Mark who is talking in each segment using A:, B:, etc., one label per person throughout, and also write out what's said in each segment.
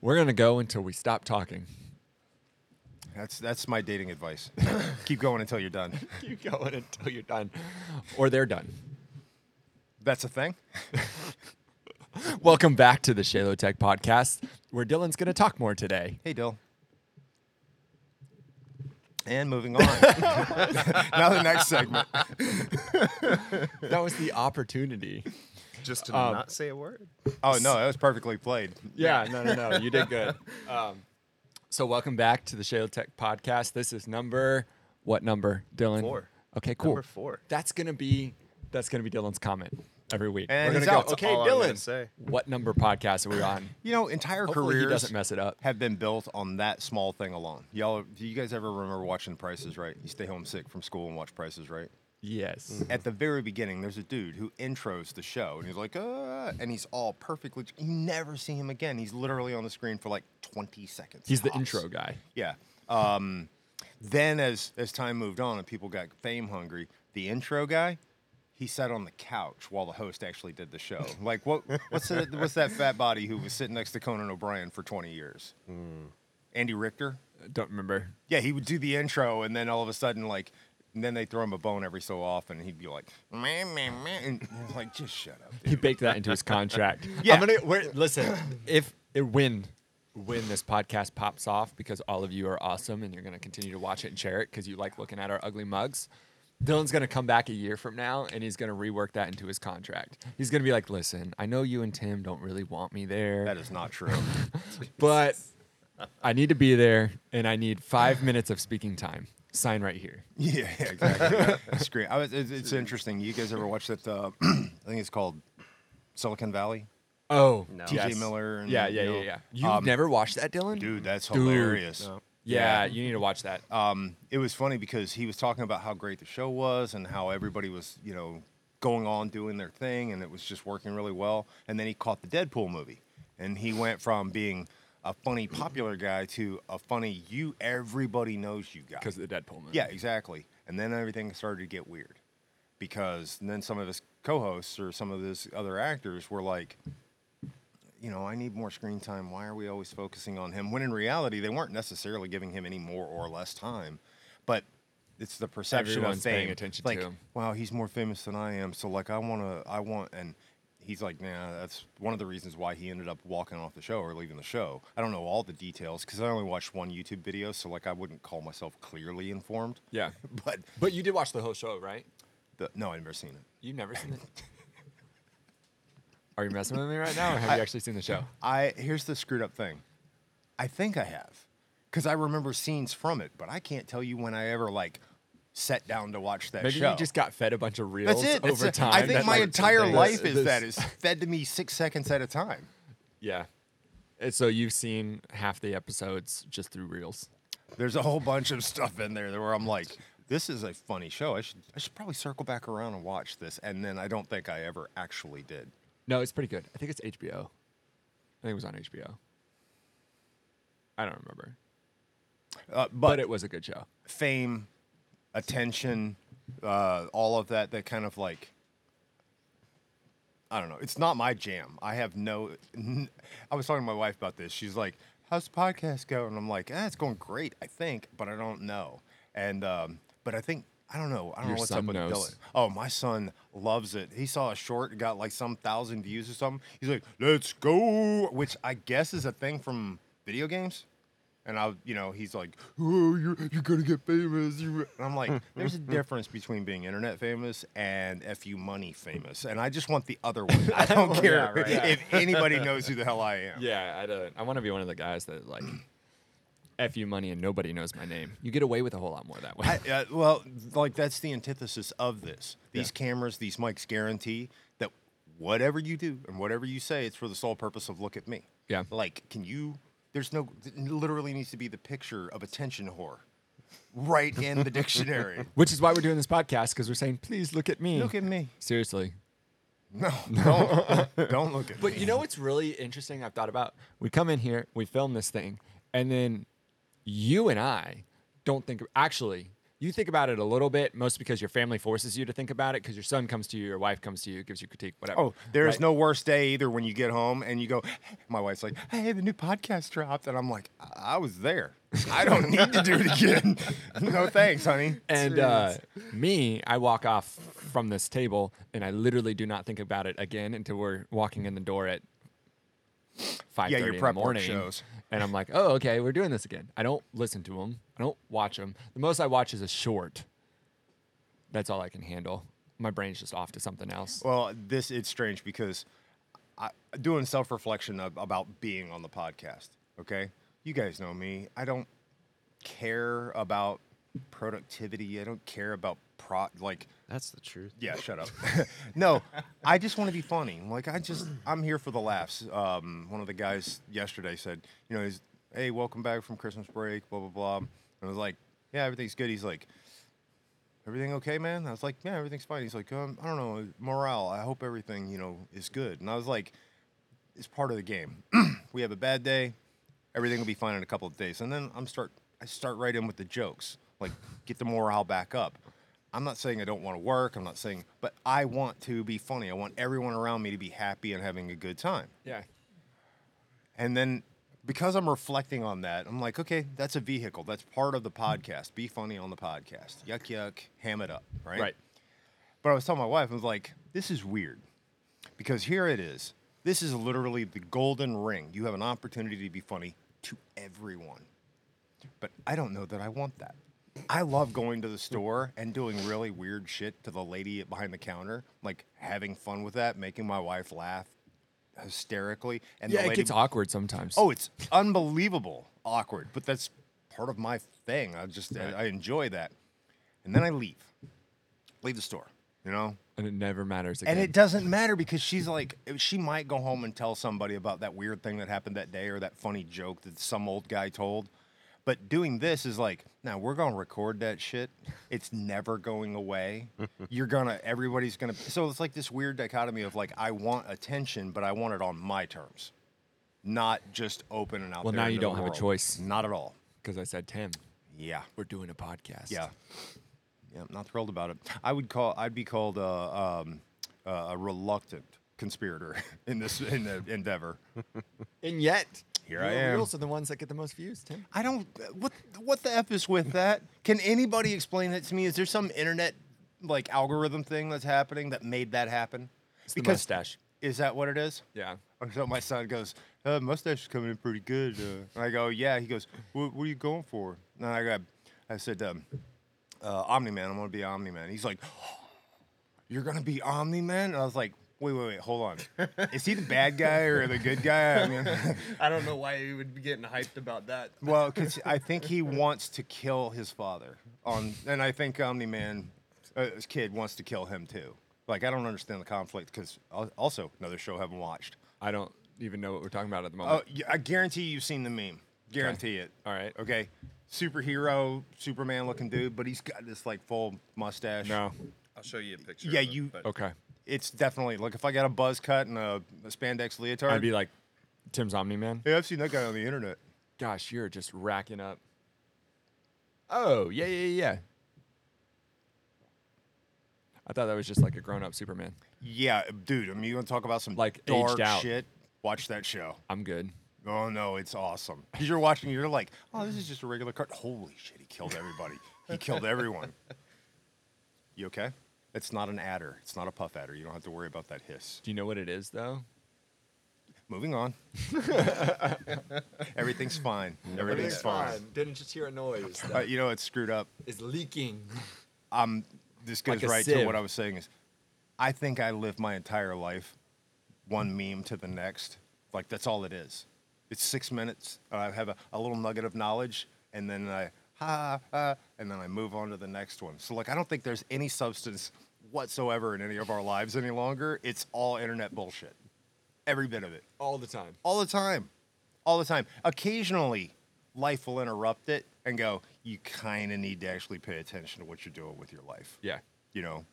A: We're gonna go until we stop talking.
B: That's that's my dating advice. Keep going until you're done.
A: Keep going until you're done, or they're done.
B: That's a thing.
A: Welcome back to the Shalo Tech Podcast, where Dylan's gonna talk more today.
B: Hey, Dill. And moving on. now the next segment.
A: That was the opportunity.
C: Just to not say a word.
B: Oh no, that was perfectly played.
A: Yeah, no, no, no. You did good. Um, so, welcome back to the Shale Tech podcast. This is number what number, Dylan?
C: Four.
A: Okay, cool.
C: Number four.
A: That's gonna be that's gonna be Dylan's comment every week.
B: And
A: We're
B: he's
A: gonna
B: out.
A: go. Okay,
C: all I'm gonna
A: Dylan.
C: say.
A: What number podcast are we on?
B: You know, entire
A: Hopefully
B: careers
A: he doesn't mess it up.
B: have been built on that small thing alone. Y'all, do you guys ever remember watching Prices Right? You stay home sick from school and watch Prices Right.
A: Yes.
B: At the very beginning, there's a dude who intros the show, and he's like, uh, and he's all perfectly. You never see him again. He's literally on the screen for like 20 seconds.
A: He's the
B: tops.
A: intro guy.
B: Yeah. Um, then as as time moved on and people got fame hungry, the intro guy, he sat on the couch while the host actually did the show. Like what what's the, what's that fat body who was sitting next to Conan O'Brien for 20 years? Andy Richter?
A: Don't remember.
B: Yeah, he would do the intro and then all of a sudden like and then they throw him a bone every so often and he'd be like, meh, meh, meh, and I'm like just shut up.
A: He baked that into his contract.
B: Yeah.
A: I'm gonna we're, listen. If it when when this podcast pops off because all of you are awesome and you're gonna continue to watch it and share it because you like looking at our ugly mugs. Dylan's gonna come back a year from now and he's gonna rework that into his contract. He's gonna be like, "Listen, I know you and Tim don't really want me there,
B: That is not true.
A: but I need to be there and I need five minutes of speaking time. Sign right here."
B: Yeah, yeah, exactly. yeah. Scream. I was, it's, it's interesting. You guys ever watch that? Uh, I think it's called Silicon Valley.
A: Oh,
C: No.
A: yes.
B: T.J. Miller and,
A: yeah, yeah,
B: you
A: yeah,
B: know,
A: yeah. You've
B: um,
A: never watched that, Dylan?
B: Dude, that's
A: Dude.
B: hilarious.
C: No.
A: Yeah, you need to watch that.
B: Um, it was funny because he was talking about how great the show was and how everybody was, you know, going on doing their thing and it was just working really well. And then he caught the Deadpool movie, and he went from being a funny, popular guy to a funny, you everybody knows you guy.
A: because of the Deadpool movie.
B: Yeah, exactly. And then everything started to get weird because then some of his co-hosts or some of his other actors were like, you know, I need more screen time. Why are we always focusing on him? When in reality, they weren't necessarily giving him any more or less time, but it's the perception
A: Everyone's
B: of fame.
A: paying attention
B: like,
A: to him.
B: wow, he's more famous than I am. So like, I want to, I want, and he's like, nah, that's one of the reasons why he ended up walking off the show or leaving the show. I don't know all the details because I only watched one YouTube video, so like, I wouldn't call myself clearly informed.
A: Yeah.
B: But
A: But you did watch the whole show, right?
B: the, no, I've never seen it.
A: You've never seen it. Are you messing with me right now, or have you actually seen the show?
B: I here's the screwed up thing. I think I have, because I remember scenes from it, but I can't tell you when I ever like sat down to watch that
A: Maybe
B: show.
A: you just got fed a bunch of reels
B: that's it. that's
A: over
B: it.
A: time.
B: I think
A: that
B: my
A: learned
B: entire
A: something.
B: life is
A: This-
B: that is fed to me six seconds at a time.
A: Yeah. And so you've seen half the episodes just through reels.
B: There's a whole bunch of stuff in there that where I'm like, this is a funny show. I should I should probably circle back around and watch this, and then I don't think I ever actually did.
A: No, it's pretty good. I think it's HBO. I think it was on HBO. I don't remember,
B: Uh,
A: but it was a good show.
B: fame, attention, uh, all of that, that kind of like, I don't know. It's not my jam. I have no. I was talking to my wife about this. She's like, "How's the podcast going?" And I'm like, "Ah, it's going great, I think, but I don't know." And um, but I think I don't know. I don't
A: Your
B: know what's
A: son
B: up with
A: knows.
B: Dylan. Oh, my son loves it. He saw a short, it got like some thousand views or something. He's like, "Let's go," which I guess is a thing from video games. And I, you know, he's like, "Oh, you're, you're gonna get famous." you-" And I'm like, "There's a difference between being internet famous and fu money famous." And I just want the other one. I don't care
C: right.
B: if anybody knows who the hell I am.
A: Yeah, I don't. I want to be one of the guys that like, f you money and nobody knows my name. You get away with a whole lot more that way.
B: I, uh, well, like that's the antithesis of this. These cameras, these mics guarantee that whatever you do and whatever you say, it's for the sole purpose of look at me.
A: Yeah.
B: Like, can you? There's no. It literally needs to be the picture of attention whore, right in the dictionary.
A: Which is why we're doing this podcast because we're saying, please look at me.
B: look at me.
A: Seriously.
B: No, don't, don't look at
A: But
B: me.
A: you know what's really interesting? I've thought about. We come in here, we film this thing, and then you and I don't think. Actually, you think about it a little bit, most because your family forces you to think about it because your son comes to you, your wife comes to you, gives you critique, whatever.
B: Oh, there's
A: right?
B: no worse day either when you get home and you go, my wife's like, hey, the new podcast dropped. And I'm like, I, I was there. I don't need to do it again. no thanks, honey.
A: And uh, me, I walk off from this table and I literally do not think about it again until we're walking in the door at five
B: your
A: thirty in the
B: prep work
A: morning.
B: shows.
A: And I'm like, oh, okay, we're doing this again. I don't listen to them. I don't watch them. The most I watch is a short. That's all I can handle. My brain's just off to something else.
B: Well, this it's strange because I doing self reflection about being on the podcast. Okay, you guys know me. I don't care about productivity. I don't care about pro like.
D: That's the truth.
B: Yeah, shut up. no, I just want to be funny. Like I just, I'm here for the laughs. Um, one of the guys yesterday said, you know, he's, hey, welcome back from Christmas break, blah blah blah. And I was like, yeah, everything's good. He's like, everything okay, man? I was like, yeah, everything's fine. He's like, um, I don't know, morale. I hope everything, you know, is good. And I was like, it's part of the game. we have a bad day, everything will be fine in a couple of days. And then I'm start I start right in with the jokes, like get the morale back up. I'm not saying I don't want to work. I'm not saying, but I want to be funny. I want everyone around me to be happy and having a good time.
A: Yeah.
B: And then because I'm reflecting on that, I'm like, okay, that's a vehicle. That's part of the podcast. Be funny on the podcast. Yuck, yuck. Ham it up. Right.
A: Right.
B: But I was telling my wife, I was like, this is weird because here it is. This is literally the golden ring. You have an opportunity to be funny to everyone. But I don't know that I want that. I love going to the store and doing really weird shit to the lady behind the counter, like having fun with that, making my wife laugh hysterically. And
A: Yeah,
B: the
A: it
B: lady
A: gets awkward sometimes.
B: Oh, it's unbelievable awkward, but that's part of my thing. I just I, I enjoy that. And then I leave. Leave the store, you know?
A: and it never matters again.
B: And it doesn't matter because she's like she might go home and tell somebody about that weird thing that happened that day or that funny joke that some old guy told. But doing this is like, now we're gonna record that shit. It's never going away. You're gonna, everybody's gonna. So it's like this weird dichotomy of like, I want attention, but I want it on my terms, not just open and out.
A: Well,
B: there
A: now you
B: into the
A: don't have a
B: world.
A: choice.
B: Not at all.
A: Because I said, Tim,
B: Yeah.
A: we're doing a podcast.
B: Yeah. Yeah, I'm not thrilled about it. I would call I'd be called a, um, uh, a reluctant conspirator in this in the endeavor.
A: And yet,
B: Here
A: your
B: I am.
A: reels are the ones that get the most views, Tim.
B: I don't what what the f is with that? Can anybody explain that to me? Is there some internet like algorithm thing that's happening that made that happen?
A: It's the mustache.
B: Is that what it is?
A: Yeah.
B: Or So my son goes, uh, mustache is coming in pretty good. Uh. And I go, yeah. He goes, what, what are you going for? And I go, I said, um, uh, Omni Man. I'm gonna be Omni Man. He's like, you're gonna be Omni Man? And I was like, wait, wait, wait, hold on. is he the bad guy or the good guy? I mean,
C: I don't know why you would be getting hyped about that.
B: well, because I think he wants to kill his father. On and I think Omni Man, uh, his kid wants to kill him too. Like I don't understand the conflict because also another show I haven't watched.
A: I don't even know what we're talking about at the
B: Oh,
A: moment.
B: yeah, I guarantee you've seen the meme. Guarantee it.
A: All right.
B: Okay. Superhero, Superman looking dude, but he's got this like full mustache.
A: no.
C: I'll show you a picture.
B: Yeah,
C: of it,
B: you-
C: but-
A: Okay.
B: It's definitely like if I got a buzz cut and a, a spandex leotard.
A: I'd be like, Tim's Omni Man.
B: hey, I've seen that guy on the internet.
A: Gosh, you're just racking up. Oh, yeah, yeah, yeah. I thought that was just like a grown up Superman.
B: Yeah, dude. I mean, you want to talk about some
A: Like, aged
B: dark
A: out.
B: shit? Watch that show.
A: I'm good.
B: Oh no, it's awesome. Because you're watching, you're like, oh, this is just a regular card. Holy shit, he killed everybody. he killed everyone. You okay? It's not an adder. It's not a puff adder. You don't have to worry about that hiss.
A: Do you know what it is, though?
B: Moving on. Everything's fine. Everything's fine.
A: Didn't just hear a noise.
B: Uh, you know, it's screwed up.
A: it's leaking.
B: Um, this goes
A: Like a
B: right to
A: sieve.
B: what I was saying is, I think I live my entire life one meme to the next. Like that's all it is. It's six minutes. and I have a, a little nugget of knowledge, and then I ha ha, and then I move on to the next one. So like, I don't think there's any substance whatsoever in any of our lives any longer. It's all internet bullshit. Every bit of it.
A: All the time.
B: all the time, all the time. Occasionally, life will interrupt it and go, "You kind of need to actually pay attention to what you're doing with your life."
A: Yeah.
B: You know,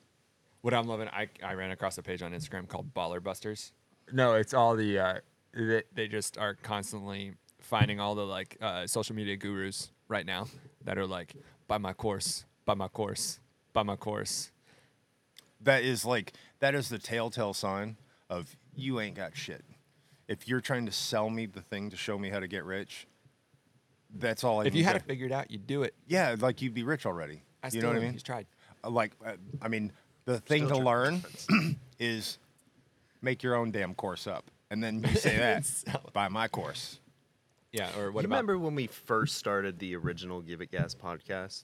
A: what I'm loving, I, I ran across a page on Instagram called Baller Busters. No, it's all the uh, they, they just are constantly finding all the like uh, social media gurus right now that are like, buy my course, by my course, by my course.
B: That is like that is the telltale sign of you ain't got shit. If you're trying to sell me the thing to show me how to get rich, that's all I.
A: If
B: need
A: you had
B: to-
A: it figured out, you'd do it.
B: yeah, like you'd be rich already.
A: I
B: you
A: still
B: know what I
A: am.
B: mean?
A: He's tried.
B: Uh, Like, uh, I mean, the thing
C: Still
B: to
C: trying.
B: learn is make your own damn course up, and then you say that by my course.
A: Yeah. Or what
C: you
A: about?
C: remember when we first started the original Give It Gas podcast?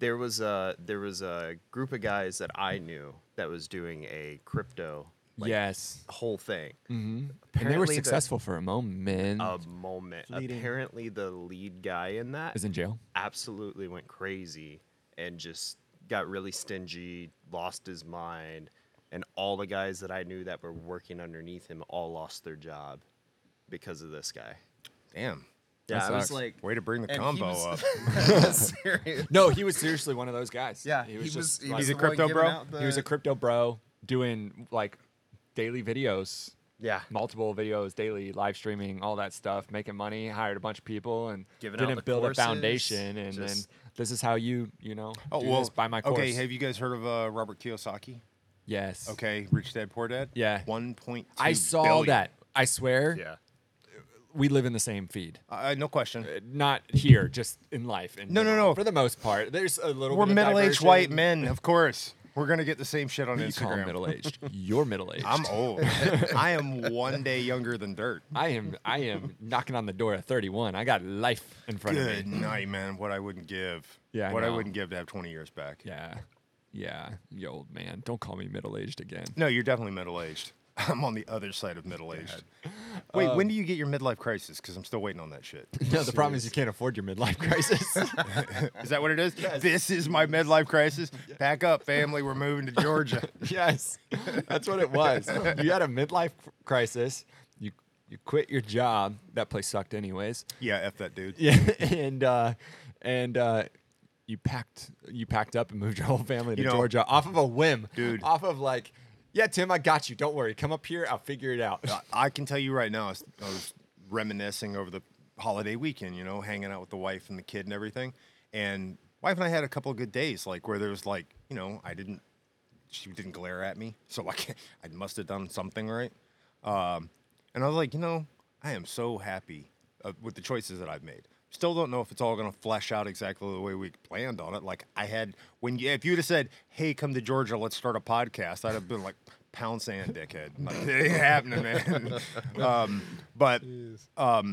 C: There was a there was a group of guys that I knew that was doing a crypto like,
A: yes.
C: whole thing.
A: And they were
C: Apparently the- Oh,
A: successful for a moment.
C: A moment.
A: Leading.
C: Apparently, the lead guy in that
A: is in jail.
C: absolutely went crazy and just got really stingy, lost his mind, and all the guys that I knew that were working underneath him all lost their job because of this guy.
B: Damn,
A: That
C: Yeah, I was
A: sucks.
C: like,
B: way to bring the
C: and he
B: combo
C: was-
B: up.
C: Serious.
A: No, he was seriously one of those guys.
C: Yeah,
A: He was
C: he was-
A: just
C: he
A: like-
B: He's a
C: the one
B: crypto
C: giving
B: bro.
C: out
A: he was a
C: the-
A: crypto bro doing like daily videos.
C: Yeah.
A: Multiple videos daily, live streaming, all that stuff, making money, hired a bunch of people and
C: Giving out the
A: didn't build
C: courses,
A: a foundation and
C: just-
A: then this is how you, you know,
B: Oh
A: do
B: well,
A: this by my course.
B: okay. Have you guys heard of uh, Robert Kiyosaki?
A: yes.
B: Okay, Rich Dad Poor Dad.
A: Yeah.
B: one point.
A: I saw that. I swear
C: Yeah.
A: we live in the same feed.
B: Uh, no question.
A: Not here, just in life. In
B: No, no,
A: general.
B: no.
A: For the most part, there's a little.
B: We're
A: bit of
B: middle-aged white
A: diversion.
B: men, of course. We're gonna get the same shit on
A: You call
B: Instagram.
A: middle aged. You're middle aged.
B: I'm old. I am one day younger than dirt.
A: I am I am knocking on the door at 31. I got life in front
B: Good
A: of me.
B: night, man. What I wouldn't give.
A: Yeah, I
B: What I
A: know.
B: wouldn't give to have 20 years back.
A: Yeah. Yeah, you old man. Don't call me middle aged again.
B: No, you're definitely middle-aged. I'm on the other side of middle-aged. Wait,
A: Uh,
B: when do you get your midlife crisis? Because I'm still waiting on that shit.
A: No, the problem is you can't afford your midlife crisis.
B: Is that what it is? This is my midlife crisis. Pack up, family. We're moving to Georgia.
A: yes, that's what it was. You had a midlife cr- crisis. You you quit your job. That place sucked, anyways.
B: yeah, f that dude.
A: Yeah, and uh, and uh, you packed you packed up and moved your whole family to
B: You know-
A: Georgia off of a whim,
B: Dude.
A: Off of like, yeah, Tim, I got you. Don't worry. Come up here. I'll figure it out.
B: I can tell you right now, I was, I was reminiscing over the holiday weekend, you know, hanging out with the wife and the kid and everything. And wife and I had a couple of good days, like where there was like, you know, I didn't, she didn't glare at me, so I can't, I must have done something right. Um, and I was like, you know, I am so happy uh, with the choices that I've made. Still don't know if it's all going to flesh out exactly the way we planned on it. Like I had when you, if you'd have said, "Hey, come to Georgia, let's start a podcast," I'd have been like, "Pound sand, dickhead!" Like it ain't happening, man. um, but um,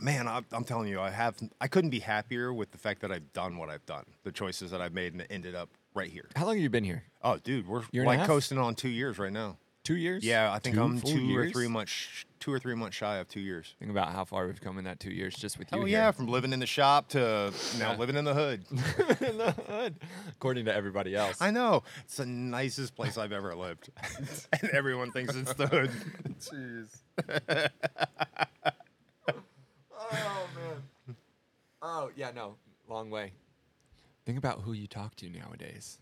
B: man, I, I'm telling you, I have I couldn't be happier with the fact that I've done what I've done, the choices that I've made, and it ended up right here.
A: How long have you been here?
B: Oh, dude, we're
A: Year and a
B: like
A: half?
B: coasting on two years right now.
A: Two years?
B: Yeah, I think I'm
A: full
B: two or
A: years?
B: three months, sh- two or three months shy of two years.
A: Think about how far we've come in that two years just with you.
B: Oh
A: here.
B: yeah, from living in the shop to now living in the hood.
A: in the hood, according to everybody else.
B: I know it's the nicest place I've ever lived, and everyone thinks it's the hood.
C: Jeez.
A: Oh man. Oh yeah, no, long way. Think about who you talk to nowadays.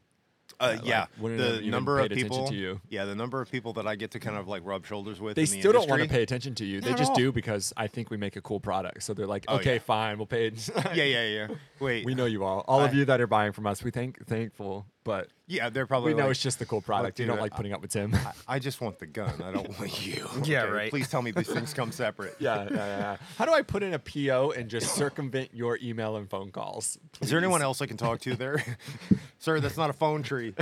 B: Uh, yeah,
A: wouldn't have
B: the
A: even
B: number of
A: paid attention
B: people.
A: to you.
B: Yeah, the number of people that I get to kind of like rub shoulders with.
A: They
B: in the
A: still don't want to
B: industry.
A: pay attention to you. They
B: Not at
A: just
B: all.
A: do because I think we make a cool product. So they're like,
B: Oh,
A: okay,
B: yeah.
A: fine, we'll pay. It.
B: Yeah, yeah, yeah. Wait,
A: we know you all. All of
B: I-
A: you that are buying from us, we thank thankful, but
B: Yeah, they're probably.
A: we know
B: like,
A: it's just the cool product. You
B: dude,
A: don't like
B: I-
A: putting up with Tim.
B: I just want the gun. I don't want you.
C: Yeah, right.
B: Please tell me these things come separate.
A: yeah, yeah, yeah. How do I put in a PO and just circumvent your email and phone calls?
B: Is there
A: please?
B: anyone else I can talk to there, sir? That's not a phone tree.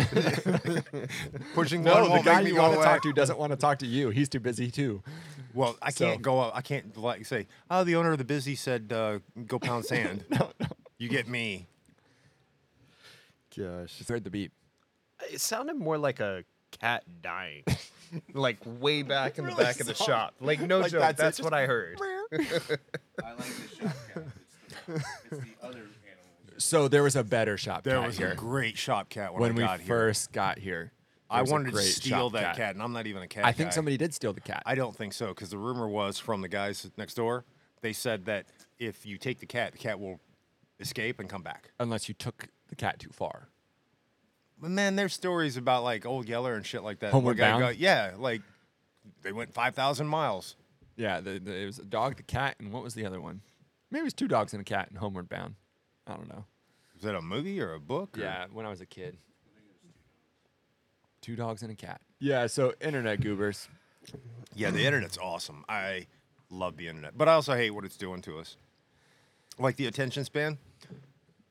B: Pushing one
A: No, the
B: won't
A: guy
B: make me
A: you
B: go
A: want to
B: away.
A: talk to doesn't want to talk to you. He's too busy too.
B: Well, I
A: So-
B: can't go out. I can't like say, oh, the owner of the busy said, uh, go pound sand. You get me.
C: Gosh.
A: Just heard the beep.
C: It sounded more like a cat dying. like way back in the
A: Really
C: back of the
A: soft.
C: shop. Like no
A: Like,
C: joke.
A: that's
C: That's,
A: it, just-
C: what I heard.
D: I like the shop cat. It's the, it's the other animal.
A: So there was a better shop
B: There
A: cat
B: was
A: here
B: a great shop cat when,
A: when
B: I
A: we
B: got here.
A: first got here. there
B: I
A: was a
B: wanted to
A: great
B: steal
A: shop
B: that cat. and I'm not even a cat.
A: I think
B: guy.
A: somebody did steal the cat.
B: I don't think so, because the rumor was from the guys next door. They said that if you take the cat, the cat will escape and come back.
A: unless you took the cat too far.
B: But man, there's stories about like Old Yeller and shit like that.
A: Homeward
B: One guy
A: Bound?
B: got- yeah, like they went five thousand miles.
A: Yeah, the, the, it was a dog, the cat, and what was the other one? Maybe it was two dogs and a cat and Homeward Bound. I don't know.
B: Is that a movie or a book? or-
A: Yeah, when I was a kid. Two dogs and a cat. Yeah, so internet goobers.
B: Yeah, the internet's awesome. I love the internet, but I also hate what it's doing to us. Like the attention span,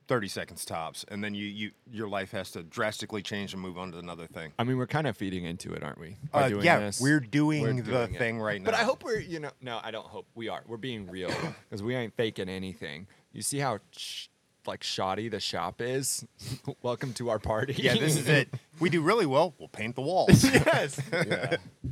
B: thirty seconds tops, and then you, you your life has to drastically change and move on to another thing.
A: I mean, we're kind of feeding into it, aren't we? By
B: Uh,
A: doing
B: yeah,
A: this.
B: we're doing the
A: doing it.
B: thing right now.
A: But I hope we're, you know, no, I don't hope we are. We're being real because we ain't faking anything. You see how sh- like shoddy the shop is? Welcome to our party.
B: Yeah, this is it. We do really well. We'll paint the walls.
A: yes.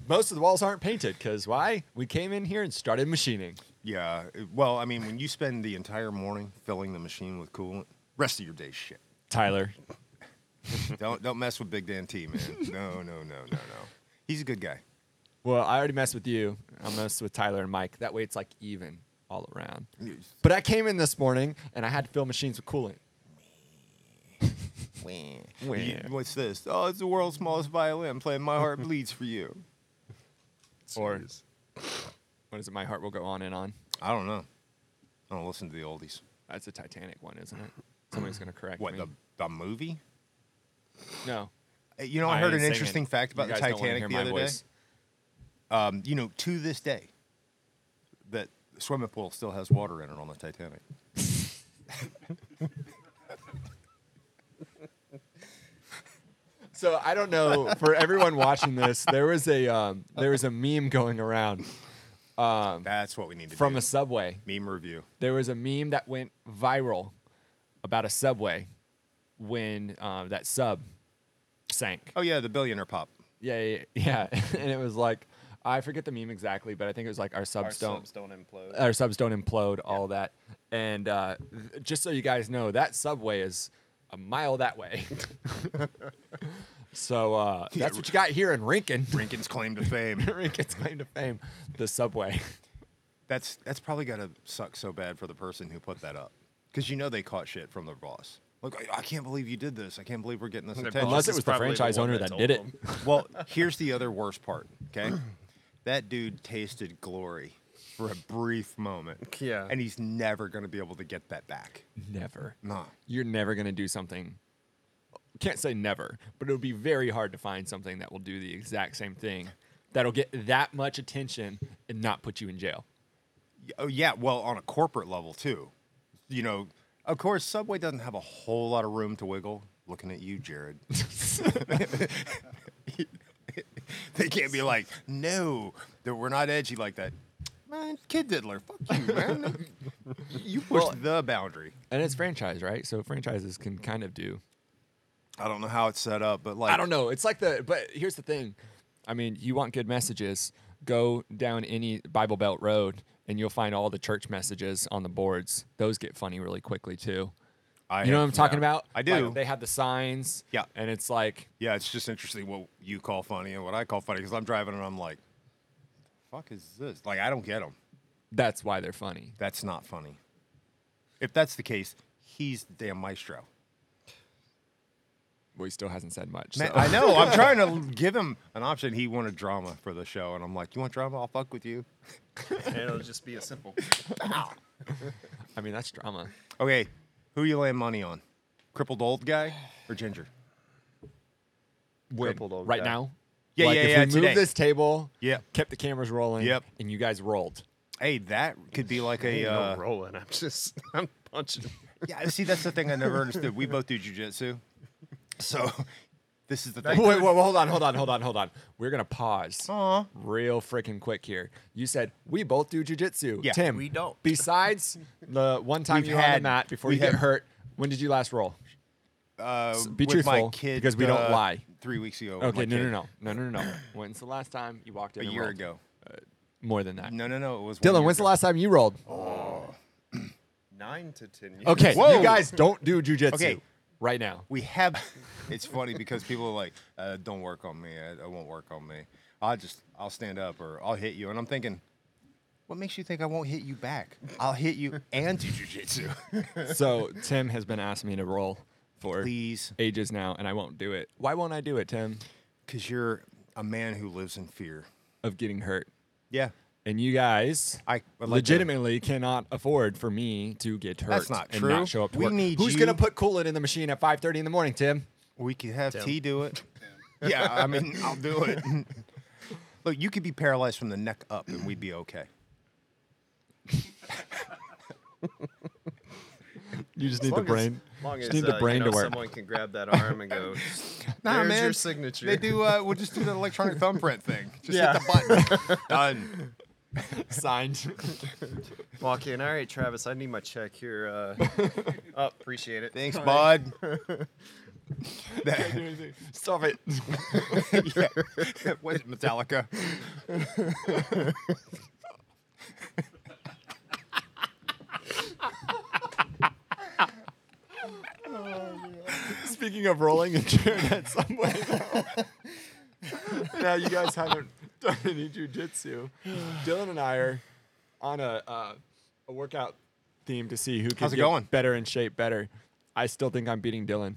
A: Most of the walls aren't painted because why? We came in here and started machining.
B: yeah. Well, I mean, when you spend the entire morning filling the machine with coolant, rest of your day's shit.
A: Tyler,
B: don't don't mess with Big Dan T, man. No, no, no, no, no. He's a good guy.
A: Well, I already messed with you. I messed with Tyler and Mike. That way it's like even all around. But I came in this morning and I had to fill machines with coolant.
B: You- what's this? Oh, it's the world's smallest violin playing My Heart Bleeds for You.
A: Or what is it? My heart will go on and on.
B: I don't know. I don't listen to the oldies.
A: That's a Titanic one, isn't it? Somebody's gonna correct
B: What,
A: me.
B: the, the movie?
A: no.
B: Uh, You know, I, heard
A: ain't
B: an
A: singing.
B: interesting fact
A: You
B: about the
A: guys don't wanna
B: Titanic
A: hear
B: the
A: my
B: other
A: voice.
B: day. Um, you know, to this day, that the swimming pool still has water in it on the Titanic.
A: So I don't know. For everyone watching this, there was a um, there was a meme going around
B: That's what we need to
A: Um, from
B: do.
A: a subway.
B: meme review.
A: There was a meme that went viral about a subway when uh, that sub sank.
B: Oh yeah, the billionaire pop.
A: Yeah, yeah, yeah. yeah. and it was like I forget the meme exactly, but I think it was like our subs
C: Our
A: don't
C: subs don't implode.
A: our subs don't implode, all that. And uh, th- just so you guys know, that subway is a mile that way. so uh, that's what you got here in Rinkin.
B: Rinkin's claim to fame.
A: Rinkin's claim to fame, the subway.
B: That's that's probably gotta suck so bad for the person who put that up, because you know they caught shit from their boss. Look, I, I can't believe you did this. I can't believe we're getting this
C: Their
B: attention.
A: Unless
C: boss
A: it
C: is
A: was the
C: probably
A: franchise
C: one
A: owner that did
C: told
A: it.
C: them.
B: Well, here's the other worst part. Okay, that dude tasted glory for a brief moment.
C: Yeah.
B: and he's never gonna be able to get that back.
A: Never.
B: Nah.
A: You're never going to do something. Can't say never, but it'll be very hard to find something that will do the exact same thing that'll get that much attention and not put you in jail.
B: Y- Oh yeah. Well, on a corporate level too. You know, of course, Subway doesn't have a whole lot of room to wiggle. Looking at you, Jared. they can't be like, no, that we're not edgy like that. Man, kid diddler, fuck you, man. you pushed the boundary.
A: And
C: Mm-hmm.
A: it's franchise, right? So franchises can kind of do.
B: I don't know how it's set up, but like,
A: I don't know. It's like the but here's the thing. I mean, you want good messages, go down any Bible Belt road and you'll find all the church messages on the boards. Those get funny really quickly too.
B: I
A: you know what
B: have-
A: I'm talking
B: yeah.
A: about?
B: I
A: Like,
B: do.
A: they have the signs.
B: Yeah.
A: And it's like
B: yeah, it's just interesting what you call funny and what I call funny because I'm driving and I'm like, fuck is this? Like, I don't get them.
A: that's why they're funny.
B: That's not funny. If that's the case, he's the damn maestro.
A: Well, he still hasn't said much.
B: Man,
A: so-
B: I know. I'm trying to give him an option. He wanted drama for the show, and I'm like, you want drama? I'll fuck with you.
C: and it'll just be a simple.
A: I mean, that's drama.
B: Okay, who you laying money on? Crippled old guy or Ginger?
A: When?
C: Crippled old
A: right
C: guy.
A: now.
B: Yeah,
A: like
B: yeah,
A: if
B: yeah,
A: We moved
B: today.
A: this table.
B: Yep.
A: Kept the cameras rolling.
B: Yep.
A: And you guys rolled.
B: Hey, that could be like a.
C: Ain't no
B: Uh,
C: rolling. I'm just I'm punching.
B: yeah, see, that's the thing I never understood. We both do jujitsu, so this is the thing.
A: Wait, wait, wait, hold on, hold on, hold on, hold on. We're gonna pause
B: Aw.
A: real freaking quick here. You said we both do jujitsu.
B: Yeah,
A: Tim,
C: we don't.
A: Besides the one time
B: We've
A: you were on the
B: had-
A: mat before
B: we
A: you get
B: have-
A: hurt, when did you last roll?
B: Uh,
A: be
B: with my
A: truthful,
B: kid,
A: because we don't
B: uh,
A: lie.
B: Three weeks ago. with my
A: Okay, no,
B: kid.
A: no, no, no, no, no, no. When's the last time you walked in?
B: A
A: and
B: year
A: rolled?
B: ago.
A: More than that.
B: No, no, no. It was one
A: Dylan,
B: year
A: when's the
B: ago. Oh,
A: last time you rolled?
C: Nine to ten. Years.
A: Okay,
B: Whoa.
A: you guys don't do jujitsu
B: Okay.
A: right now.
B: we have it's funny because people are like uh, don't work on me Uh, it, it won't work on me i'll just i'll stand up or i'll hit you and i'm thinking what makes you think i won't hit you back i'll hit you and do jujitsu
A: so Tim has been asking me to roll for
B: please
A: ages now, and I won't do it. Why won't I do it, Tim?
B: because you're a man who lives in fear
A: Of getting hurt.
B: yeah
A: and you guys
B: I would like to-
A: legitimately cannot afford for me to get hurt
B: That's not
A: and
B: true.
A: not show up to
B: We
A: work.
B: need
A: Who's
B: you-
A: gonna put coolant in the machine at 5:30 in the morning, Tim?
B: We could have
C: Tim.
B: T do it. yeah, I mean, I'll do it. Look, you could be paralyzed from the neck up, and we'd be okay.
A: You just need
C: Long
A: the
C: as-
A: brain.
C: long
A: just
C: as,
A: need the
C: uh,
A: brain
C: you know,
A: to work.
C: Someone can grab that arm and go.
B: Nah,
C: There's
B: man.
C: your signature.
B: They do. Uh, we'll just do the electronic thumbprint thing. Just
C: Yeah.
B: hit the button. Done.
A: Signed.
C: Walk in. All right, Travis. I need my check here. Uh, oh, appreciate it. Um,
B: Thanks, bud. That-
A: Stop it.
B: yeah. Was it Metallica?
A: Speaking of rolling a chair at Subway, now you guys haven't done any jujitsu. Dylan and I are on a uh, a workout theme to see who can
B: How's it
A: get
B: going?
A: better and shape better. I still think I'm beating Dylan.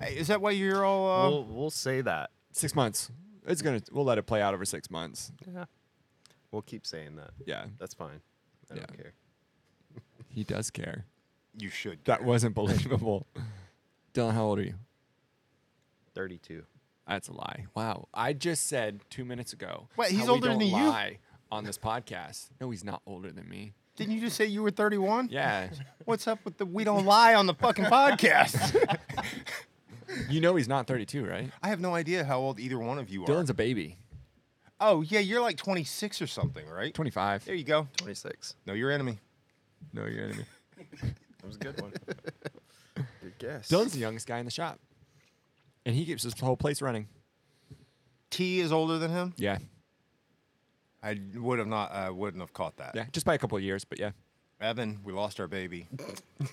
B: Hey, is that why you're all? Uh,
C: We'll we'll say that.
A: Six months. It's gonna. We'll let it play out over six months.
C: Yeah. We'll keep saying that.
A: Yeah,
C: That's fine. I
A: Yeah.
C: don't care.
A: he does care.
B: you should.
A: That wasn't believable. Dylan, how old are you?
C: Thirty-two.
A: That's a lie. Wow. I just said two minutes ago.
B: Wait, he's
A: how we
B: older
A: don't
B: than you?
A: lie On this podcast. No, he's not older than me.
B: Didn't you just say you were 31?
A: Yeah.
B: What's up with the we don't lie on the fucking podcast?
A: you know he's not 32, right?
B: I have no idea how old either one of you are.
A: Dylan's a baby.
B: oh yeah, you're like 26 or something, right?
A: 25.
B: There you go.
C: Twenty-six.
B: Know your enemy.
A: No, you're enemy.
C: That was a good one. good guess.
A: Dylan's the youngest guy in the shop. And he keeps this whole place running.
B: T is older than him.
A: Yeah.
B: I would have not. I wouldn't have caught that.
A: Yeah. Just by a couple of years, but yeah.
B: Evan, we lost our baby.
A: Uh,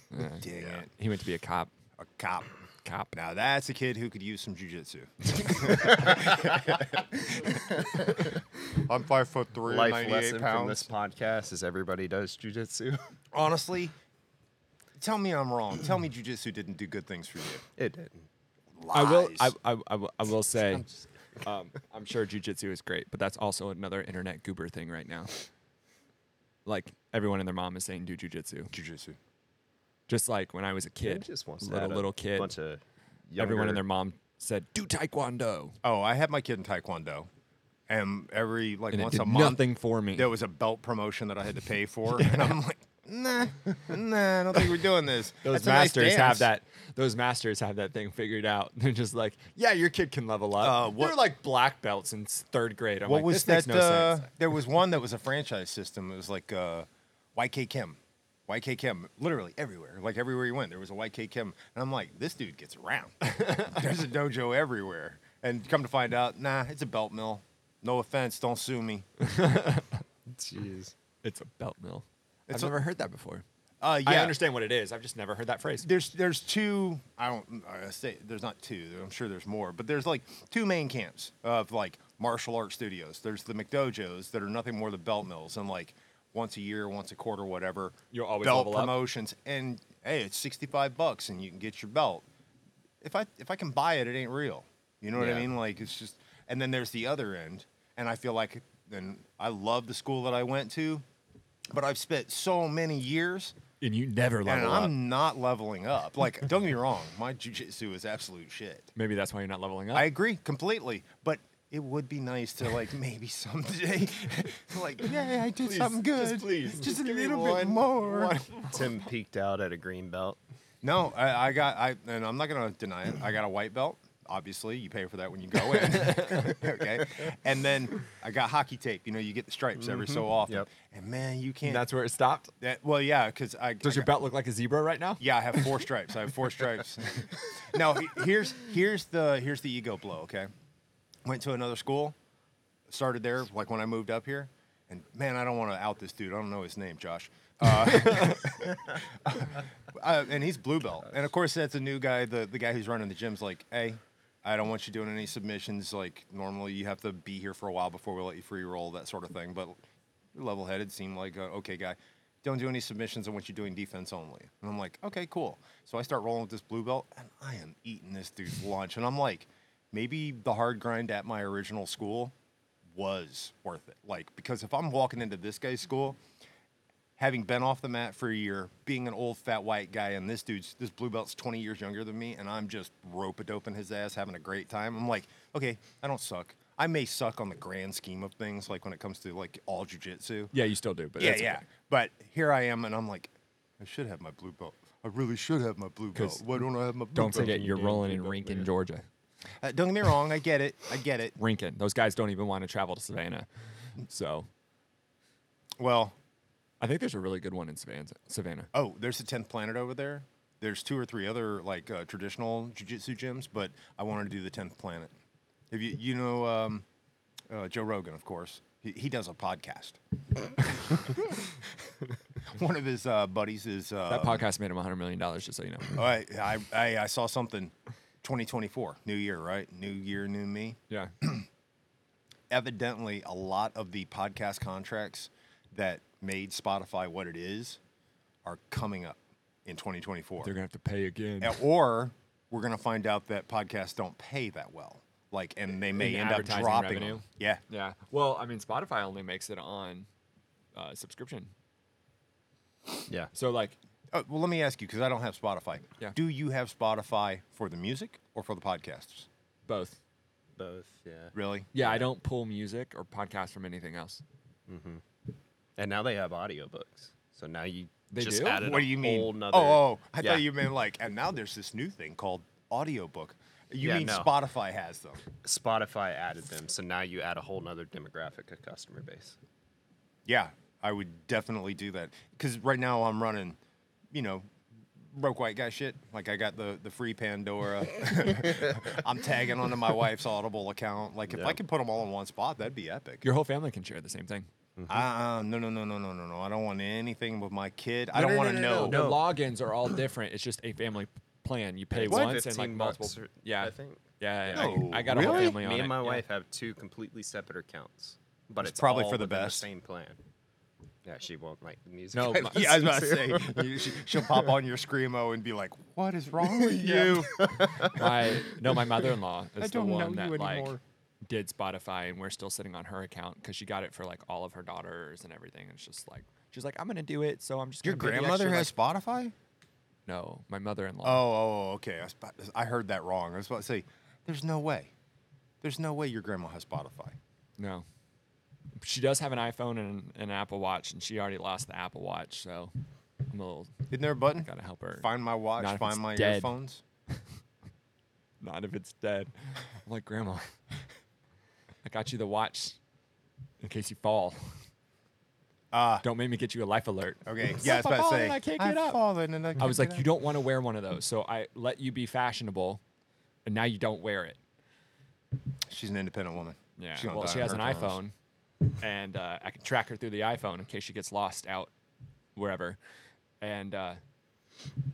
B: Dang it.
A: he went to be a cop.
B: A cop.
A: Cop.
B: Now that's a kid who could use some jujitsu. I'm five foot three,
C: Life
B: 98
C: lesson
B: pounds.
C: from this podcast is everybody does jujitsu.
B: Honestly, tell me I'm wrong. tell me jujitsu didn't do good things for you.
C: it didn't.
A: I will. I,
B: Lies.
A: I, I, will- I will say, um, I'm sure jujitsu is great, but that's also another internet goober thing right now. Like everyone and their mom is saying, do jujitsu.
B: jujitsu.
A: Just like when I was a
C: It
A: kid,
C: just wants to
A: little
C: add a
A: little kid,
C: Bunch of
A: everyone
C: younger-
A: and their mom said, do taekwondo,
B: Oh, I had my kid in taekwondo, and every like
A: and it
B: once
A: did
B: a month,
A: nothing for me.
B: there was a belt promotion that I had to pay for, and I'm like, nah, nah, I don't think we're doing this.
A: those
B: That's a nice
A: masters have
B: dance.
A: that. Those masters have that thing figured out. They're just like, yeah, your kid can level up.
B: Uh, what-
A: They're like black belts in s- third grade. I'm
B: What
A: like,
B: was
A: this
B: that?
A: Makes no
B: uh,
A: sense.
B: there was one that was a franchise system. It was like uh, YK Kim, YK Kim, literally everywhere. Like everywhere you went, there was a YK Kim, and I'm like, this dude gets around. There's a dojo everywhere, and come to find out, nah, it's a belt mill. No offense, don't sue me. Uh,
C: Jeez.
A: It's a belt mill.
B: It's a-
A: I've never heard that before.
B: Uh, yeah,
A: I understand what it is. I've just never heard that phrase.
B: There's there's two. I don't I say there's not two. I'm sure there's more, but there's like two main camps of like martial arts studios. There's the McDojos that are nothing more than belt mills, and like once a year, once a quarter, whatever.
A: You'll always
B: belt
A: level up.
B: promotions, and hey, it's 65 bucks, and you can get your belt. If I if I can buy it, it ain't real. You know what
A: Yeah.
B: I mean? Like it's just. And then there's the other end, and I feel like and I love the school that I went to, but I've spent so many years
A: And you never
B: and I'm not leveling up. Like, don't get me wrong, my jujitsu is absolute shit.
A: Maybe that's why you're not leveling up.
B: I agree completely, but it would be nice to like maybe someday, to, like, yeah, I did something good.
A: just please,
B: just,
A: just
B: a
A: give me
B: little bit
A: one-
B: more.
C: Tim peeked out at a green belt.
B: No, I, I got I, and I'm not gonna deny it. I got a white belt. Obviously, you pay for that when you go in. okay, and then I got hockey tape. You know, you get the stripes every so often.
C: Yep.
B: And man, you
A: and
B: can't.
A: Mm-hmm. that's where it stopped.
B: that, well, yeah, because I
A: Does
B: I
A: your
B: got-
A: belt look like a zebra right now?
B: Yeah, I have four stripes. I have four stripes. now he- here's here's the here's the ego blow. Okay, went to another school, started there. Like when I moved up here, and man, I don't want to out this dude. I don't know his name, Josh. Uh, uh, and he's blue belt. And of course, that's a new guy. The the guy who's running the gym's like, hey. I don't want you doing any submissions. Like normally, you have to be here for a while before we let you free roll, that sort of thing. But level-headed, seemed like a okay guy. Don't do any submissions. I want you doing defense only. And I'm like, okay, cool. So I start rolling with this blue belt, and I am eating this dude's lunch. And I'm like, maybe the hard grind at my original school was worth it. Like, because if I'm walking into this guy's school, having been off the mat for a year, being an old fat white guy, and this dude's this blue belt's 20 years younger than me, and I'm just rope a doping his ass, having a great time. I'm like, okay, I don't suck. I may suck on the grand scheme of things, like when it comes to like all jujitsu.
A: Yeah, you still do, but
B: Yeah,
A: that's
B: yeah.
A: okay.
B: But here I am, and I'm like, I should have my blue belt. I really should have my blue
A: 'Cause
B: belt. Why don't I have my blue
A: Don't
B: belt?
A: forget, you're
C: game
A: rolling in
C: feedback
A: Rinkin,
C: later.
A: Georgia.
B: Uh, don't get me wrong. I get it. I get it.
A: Rinkin. Those guys don't even want to travel to Savannah. So
B: Well,
A: I think there's a really good one in Savannah. Savannah.
B: oh, there's the tenth planet over there. There's two or three other like uh, traditional jujitsu gyms, but I wanted to do the tenth planet. Have you you know um, uh, Joe Rogan, of course. He, he does a podcast. One of his uh, buddies is uh, oh,
A: That podcast made him $100 million, just so you know.
B: I, I I I saw something. 2024, new year, right? New year, new me.
A: Yeah.
B: evidently a lot of the podcast contracts that made Spotify what it is are coming up in 2024.
A: They're going to have to pay again.
B: And- or we're going to find out that podcasts don't pay that well. Like, and they may
A: In
B: end up
A: advertising
B: dropping.
A: revenue?
B: them. Yeah.
A: Yeah. Well, I mean, Spotify only makes it on uh, subscription.
C: Yeah.
A: So, like,
B: Oh, well, let me ask you because I don't have Spotify.
A: Yeah.
B: Do you have Spotify for the music or for the podcasts?
A: both.
C: Both, yeah.
B: Really?
A: Yeah, I don't pull music or podcasts from anything else.
C: And now they have audiobooks. So now you
A: They
C: just
A: do?
C: added
B: What
C: a
B: do you mean?
C: whole nother-
B: oh, oh, I
C: Yeah.
B: thought you meant like, and now there's this new thing called audiobook. You
C: Yeah,
B: mean
C: no.
B: Spotify has them?
C: Spotify added them. So now you add a whole nother demographic of customer base.
B: Yeah, I would definitely do that because right now I'm running, you know, broke white guy shit. Like I got the the free Pandora. I'm tagging onto my wife's Audible account. Like if I
C: Yeah.
B: could put them all in one spot, that'd be epic.
A: Your whole family can share the same thing.
B: Uh, uh, no, no, no, no, no, no, no. I don't want anything with my kid. I
A: No,
B: don't
A: no,
B: want
A: no,
B: to
A: no,
B: know.
A: No,
C: No.
A: The logins are all different. It's just a family plan. You pay
C: It's like
A: once and like
C: 15
A: multiple.
C: bucks or-
A: yeah,
C: I think.
A: Yeah, yeah,
B: No,
A: I, I got a whole
B: really?
A: family on
C: Me
A: it,
C: and my
A: yeah.
C: wife have two completely separate accounts, but it's,
B: probably
C: all
B: for the
C: within
B: best.
C: Same plan. Yeah, she won't like the music.
A: No,
C: I
A: my-
B: Yeah, I was about to
C: listen
B: say you- she, she'll pop on your screamo and be like, "What is wrong with you?"
A: my no, my mother-in-law is the
B: don't know
A: one
B: you
A: that like
B: anymore.
A: did Spotify, and we're still sitting on her account because she got it for like all of her daughters and everything. And it's just like she's like, I'm gonna do it, so I'm just.
B: Your
A: gonna pay the
B: grandmother
A: extra,
B: has
A: like-"
B: Spotify.
A: no, my mother-in-law.
B: Oh, oh, okay. I, was about to- I heard that wrong. I was about to say, there's no way. There's no way your grandma has Spotify.
A: no, she does have an iPhone and an Apple Watch, and she already lost the Apple Watch, so I'm a little
B: Isn't there a button?
A: gotta help her.
B: Find my watch,
A: Not if it's
B: find my
A: dead.
B: earphones.
A: Not if it's dead. I'm like, Grandma, I got you the watch in case you fall.
B: Ah.
A: don't make me get you a life alert.
B: Okay. Yeah, I
A: I've
B: was about to
A: fallen
B: say.
A: and I can't get
B: "I've
A: up."
B: fallen and I,
A: I was
B: can't
A: like,
B: get
A: you
B: up."
A: don't want to wear one of those. So I let you be fashionable, and now you don't wear it.
B: She's an independent woman.
A: Yeah.
B: She's gonna
A: well,
B: die
A: she
B: on
A: has
B: her
A: an
B: terms.
A: iPhone, and uh, I can track her through the iPhone in case she gets lost out wherever. And uh,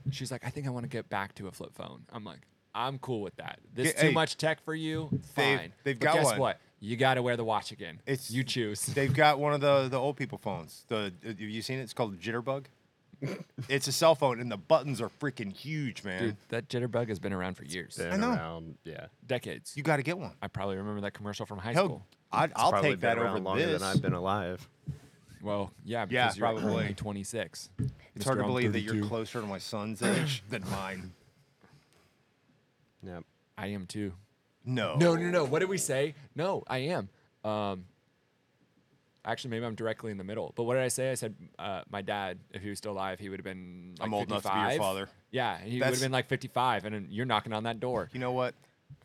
A: she's like, I think I want to get back to a flip phone. I'm like, I'm cool with that. This
B: Yeah,
A: too
B: hey,
A: much tech for you.
B: they've-
A: Fine.
B: they've
A: But
B: got
A: guess
B: one.
A: what? You got to wear the watch again.
B: It's-
A: It's you choose.
B: They've got one of the, the old people phones. The have you seen it? It's called a jitterbug. it's a cell phone and the buttons are freaking huge, man.
A: Dude, that jitterbug has been around for years,
C: Been
B: I know.
C: around, yeah.
A: decades.
B: You got to get one.
A: I probably remember that commercial from high
B: Hell,
A: school.
B: I,
C: It's
B: I'll
C: probably
B: take
C: been
B: that
C: around
B: over
C: longer
B: this.
C: than I've been alive.
A: Well, yeah,
B: Yeah,
A: because you're
B: probably.
A: only 26.
B: It's
A: Mr.
B: hard to
A: I'm
B: believe that
A: 32.
B: you're closer to my son's age than mine.
C: Yep.
A: I am too.
B: No.
A: No, no, no. What did we say? No, I am. Um, actually, maybe I'm directly in the middle. But what did I say? I said uh, my dad, if he was still alive, he would have been. Like
B: I'm old enough to be your
A: 55.
B: father.
A: Yeah, and he would
B: That's-
A: have been like 55, and then you're knocking on that door.
B: You know what?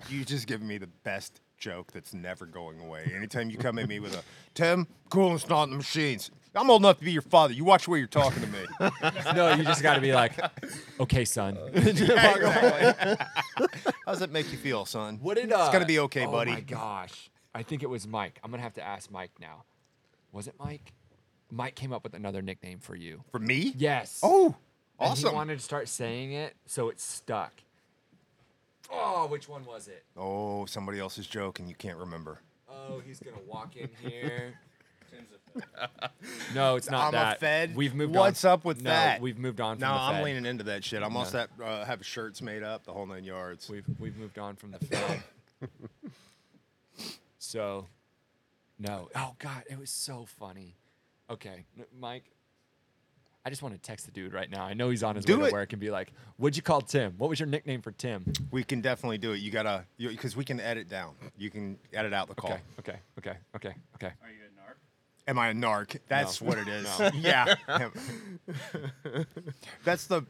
B: You just give me the best joke that's never going away. Anytime you come at me with a Tim, cool and snot in the machines. I'm old enough to be your father. You watch where you're talking to me.
A: no, you just got to be like, okay, son.
B: Yeah, exactly. How does that make you feel, son?
A: What did? Uh,
B: It's gonna be okay, buddy.
A: Oh my gosh, I think it was Mike. I'm gonna have to ask Mike now. Was it Mike? Mike came up with another nickname for you.
B: For me?
A: Yes.
B: Oh,
A: And
B: awesome.
A: He wanted to start saying it, so it stuck. Oh, which one was it?
B: oh, somebody else's joke and you can't remember.
A: Oh, he's gonna walk in here.
D: Tim's a
A: No, it's not
B: I'm a
A: that.
B: Fed?
A: We've moved on.
B: What's up with
A: no,
B: that?
A: We've moved on. From
B: No,
A: the
B: I'm
A: Fed.
B: leaning into that shit. I must have, uh, have shirts made up, the whole nine yards.
A: We've we've moved on from the Fed. so, No. Oh God, it was so funny. Okay, n- Mike. I just want to text the dude right now. I know he's on his
B: Do
A: way
B: it.
A: to work and be like, "What'd you call Tim? What was your nickname for Tim?"
B: We can definitely do it. You gotta because we can edit down. You can edit out the call.
A: Okay, okay, okay, okay, okay.
D: Are you a narc?
B: Am I a narc? That's
A: No.
B: what it is.
A: No.
B: Yeah. that's the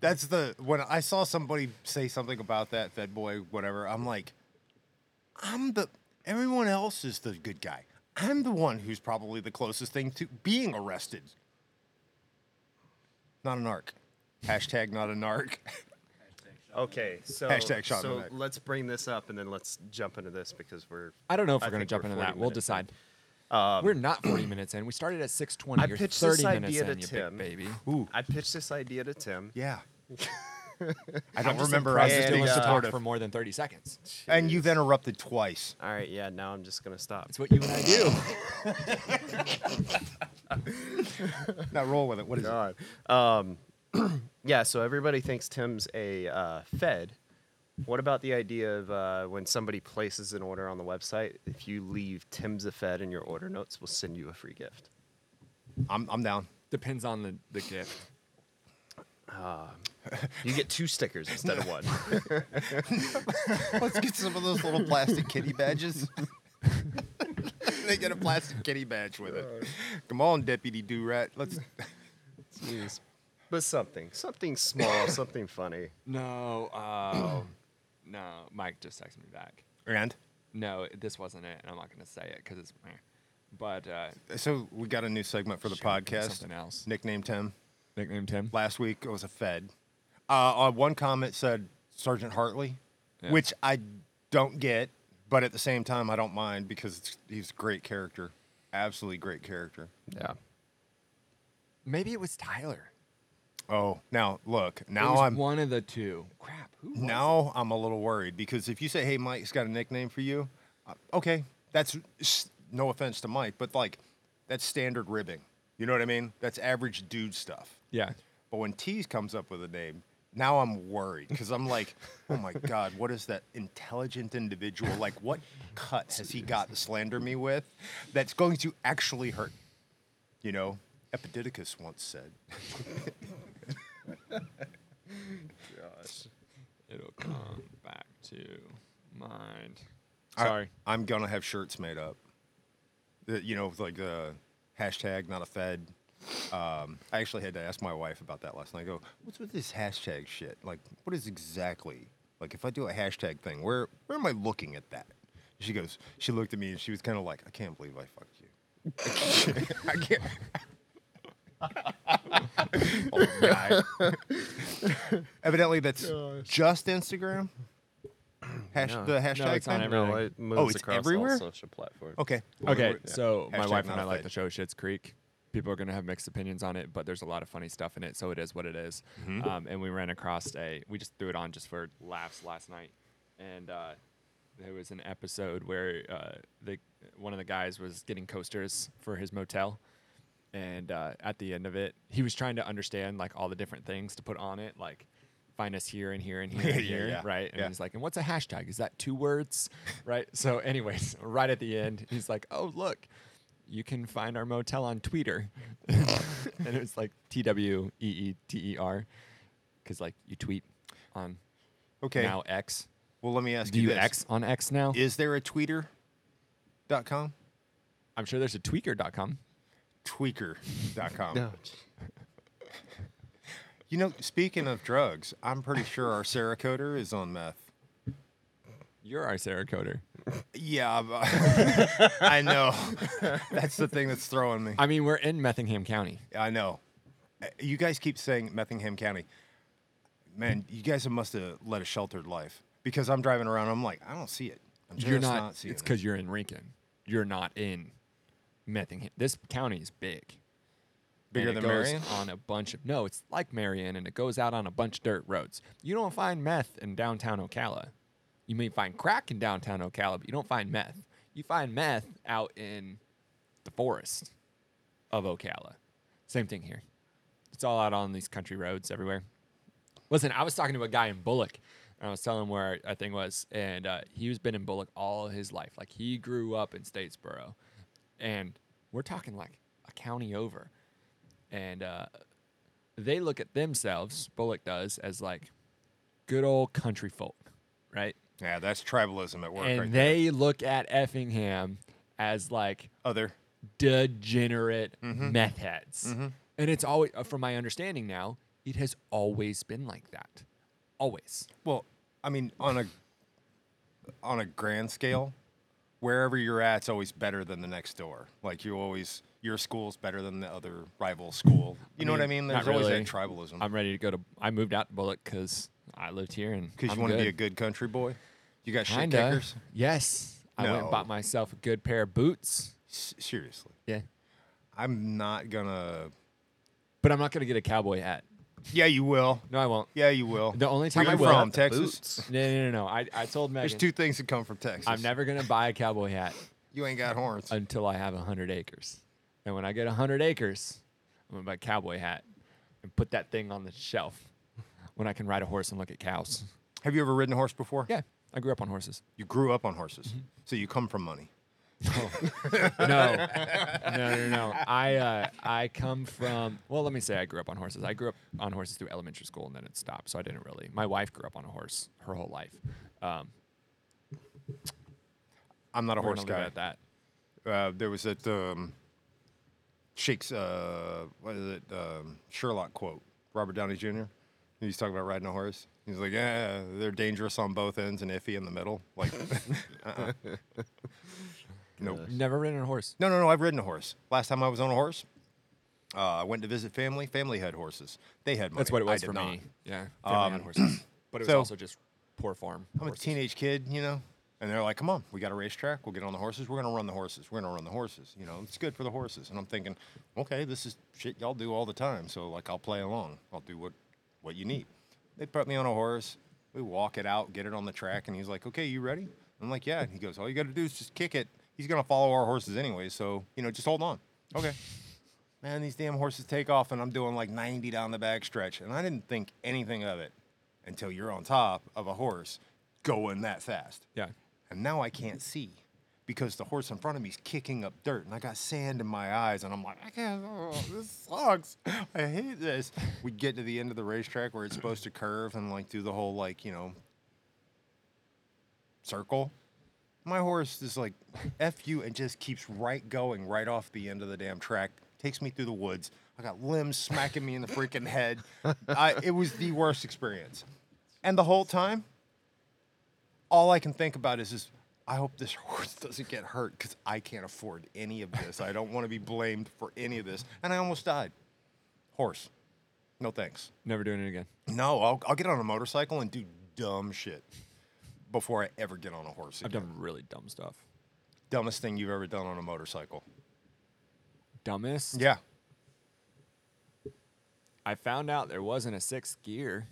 B: that's the when I saw somebody say something about that Fed boy whatever. I'm like, I'm the everyone else is the good guy. I'm the one who's probably the closest thing to being arrested. Not a narc. Hashtag not a narc.
C: Okay, so
B: Hashtag shot in the
C: so
B: neck.
C: let's bring this up and then let's jump into this because we're.
A: I don't know if
C: I
A: we're gonna
C: think
A: jump
C: we're
A: into
C: 40
A: that. We'll
C: minutes
A: decide. we're not 40 minutes in. We started at 6:20.
C: I
A: You're
C: pitched
A: 30
C: this
A: minutes
C: idea
A: in,
C: to
A: you big
C: Tim.
A: baby.
B: Ooh,
C: I pitched this idea to Tim.
B: yeah. I don't
A: I'm just impressed that
B: remember us
A: uh,
C: impressed
A: you
B: being
A: let us talk
B: supportive.
A: for more than 30 seconds.
B: And you've interrupted twice.
C: All right, yeah. Now I'm just gonna stop.
A: It's what you and I do.
B: Now roll with it. What is it?
C: God. Um, yeah. So everybody thinks Tim's a uh, Fed. What about the idea of uh, when somebody places an order on the website, if you leave Tim's a Fed in your order notes, we'll send you a free gift.
B: I'm, I'm down.
A: Depends on the, the gift.
C: You get two stickers instead of one.
B: Let's get some of those little plastic kitty badges. they get a plastic kitty badge with it. Come on, Deputy Do Rat. Let's.
C: Jeez. But something, something small, something funny.
A: No, uh, no. Mike just texted me back.
B: And
A: No, this wasn't it, and I'm not gonna say it because it's. meh. But uh,
B: so we got a new segment for the
A: Should we do
B: podcast.
A: something else?
B: Nickname Tim.
A: nickname Tim.
B: Last week it was a Fed. Uh, uh, one comment said Sergeant Hartley,
A: Yeah.
B: which I don't get, but at the same time I don't mind because it's, he's a great character, absolutely great character.
C: Yeah.
A: Maybe it was Tyler.
B: Oh, now look,
A: It
B: now
A: was
B: I'm
A: one of the two. Crap. Who? was it?
B: Now I'm a little worried because if you say, "Hey, Mike's got a nickname for you," uh, okay, that's s- no offense to Mike, but like that's standard ribbing. You know what I mean? That's average dude stuff.
A: Yeah.
B: But when Tease comes up with a name, now I'm worried because I'm like, "Oh my God, what is that intelligent individual? Like, what cut has he got to slander me with that's going to actually hurt?" You know, Epididicus once said.
A: It'll come back to mind.
B: I-
A: Sorry.
B: I'm gonna have shirts made up. That, you know, with, like the hashtag not a fed. Um, I actually had to ask my wife about that last night. I go, what's with this hashtag shit? Like, what is exactly like if I do a hashtag thing, where where am I looking at that? She goes, she looked at me and she was kind of like, I can't believe I fucked you. I can't. Oh, God. Evidently, that's just Instagram. Hash,
C: No.
B: The hashtag
A: it's on
B: thing?
A: every-
C: No,
A: Everything.
C: it moves
B: Oh, it's
C: across
B: everywhere? Oh.
C: all social platforms.
B: Okay.
A: Okay,
B: Whatever.
A: so my
B: Hashtag
A: wife and
B: not
A: I
B: a
A: like
B: fake.
A: the show Shit's Creek. People are gonna have mixed opinions on it, but there's a lot of funny stuff in it, so it is what it is.
B: Mm-hmm.
A: Um, and we ran across a, we just threw it on just for laughs last night, and uh, there was an episode where uh, the one of the guys was getting coasters for his motel, and uh, at the end of it, he was trying to understand like all the different things to put on it, like find us here and here and here and
B: Yeah,
A: here,
B: yeah,
A: right? And
B: yeah.
A: he's like, and what's a hashtag? Is that two words, right? So, anyways, right at the end, he's like, oh look, you can find our motel on Twitter, and it's like T W E E T E R, because like you tweet on
B: Okay.
A: now X.
B: well, let me ask
A: Do
B: you
A: you
B: this.
A: X on X now?
B: Is there a tweeter.com?
A: I'm sure there's a tweaker.com.
B: Tweaker.com.
C: No.
B: You know, speaking of drugs, I'm pretty sure our Sarah Coder is on meth.
A: You're our Sarah Coder.
B: Yeah, but- I know. That's the thing that's throwing me.
A: I mean, we're in Methingham County.
B: I know. Uh, You guys keep saying Methingham County. Man, you guys must have led a sheltered life because I'm driving around. I'm like, I don't see it. I'm just
A: You're not.
B: seeing
A: it's
B: it.
A: because you're in Rinkin. You're not in Methingham. This county is big.
B: Bigger
A: And it
B: than
A: goes
B: Marion?
A: On a bunch of no, it's like Marion, and it goes out on a bunch of dirt roads. You don't find meth in downtown Ocala. You may find crack in downtown Ocala, but you don't find meth. You find meth out in the forest of Ocala. Same thing here. It's all out on these country roads everywhere. Listen, I was talking to a guy in Bullock, and I was telling him where our thing was, and uh, he was been in Bullock all his life. Like he grew up in Statesboro, and we're talking like a county over, and uh, they look at themselves, Bullock does, as like good old country folk, right?
B: Yeah, that's tribalism at work
A: and
B: right there.
A: they look at Effingham as like
B: Other.
A: degenerate
B: Mm-hmm.
A: meth heads. And it's always, uh, from my understanding now, it has always been like that. Always.
B: Well, I mean, on a on a grand scale, wherever you're at's always better than the next door. Like you always your school's better than the other rival school. You know what I mean?
A: Mm, not
B: There's always
A: really.
B: that tribalism.
A: I'm ready to go to, I moved out to Bullock because I lived here and
B: Because
A: I'm
B: you want to be a
A: good.
B: good country boy. You got shit
A: Kinda.
B: kickers.
A: Yes. I went and
B: No.
A: bought myself a good pair of boots.
B: S- seriously,
A: Yeah.
B: I'm not gonna.
A: But I'm not going to get a cowboy hat.
B: Yeah, you will.
A: No, I won't.
B: Yeah, you will.
A: The only
B: Where
A: time I
B: you
A: will-
B: from
A: The
B: Texas.
C: Boots.
A: No, no, no, no. I, I told Megan,
B: There's two things that come from Texas.
A: I'm never going to buy a cowboy hat
B: You ain't got horns.
A: until I have 100 acres. And when I get 100 acres, I'm going to buy a cowboy hat and put that thing on the shelf when I can ride a horse and look at cows.
B: Have you ever ridden a horse before?
A: Yeah, Mm-hmm. I grew up on horses.
B: You grew up on horses, so you come from money.
A: No, no, no, no. I, uh, I come from, well, let me say I grew up on horses. I grew up on horses through elementary school and then it stopped. So I didn't really. My wife grew up on a horse her whole life. Um,
B: I'm not a
A: we're
B: horse
A: gonna leave it
B: guy.
A: At that.
B: uh, there was that um, Shakes, uh, what is it? Um, Sherlock quote, Robert Downey Jr. He's talking about riding a horse. He's like, yeah, they're dangerous on both ends and iffy in the middle. Like, uh-uh. nope.
A: Never ridden a horse.
B: No, no, no. I've ridden a horse. Last time I was on a horse, uh, I went to visit family. Family had horses. They had money.
A: That's what it
B: I
A: was
B: did
A: for
B: not.
A: me. Yeah, family had
B: Um,
A: horses, but it was
B: so-
A: also just poor farm.
B: I'm
A: horses.
B: a teenage kid, you know. And they're like, come on, we got a racetrack. We'll get on the horses. We're going to run the horses. We're going to run the horses. You know, it's good for the horses. And I'm thinking, okay, this is shit y'all do all the time. So, like, I'll play along. I'll do what, what you need. They put me on a horse. We walk it out, get it on the track. And he's like, okay, you ready? I'm like, yeah. And he goes, all you got to do is just kick it. He's going to follow our horses anyway. So, you know, just hold on. Okay. Man, these damn horses take off, and I'm doing like 90 down the back stretch. And I didn't think anything of it until you're on top of a horse going that fast.
A: Yeah,
B: And now I can't see because the horse in front of me is kicking up dirt, and I got sand in my eyes, and I'm like, I can't, oh, this sucks. I hate this. We get to the end of the racetrack where it's supposed to curve and like do the whole, like, you know, circle. My horse is like, F you, and just keeps right going right off the end of the damn track. Takes me through the woods. I got limbs smacking me in the freaking head. I, it was the worst experience. And the whole time, all I can think about is, is I hope this horse doesn't get hurt because I can't afford any of this. I don't want to be blamed for any of this. And I almost died. Horse. No thanks.
A: never doing it again.
B: No, I'll, I'll get on a motorcycle and do dumb shit before I ever get on a horse.
A: I've
B: again.
A: done really dumb stuff.
B: Dumbest thing you've ever done on a motorcycle.
A: Dumbest.
B: Yeah.
A: I found out there wasn't a sixth gear.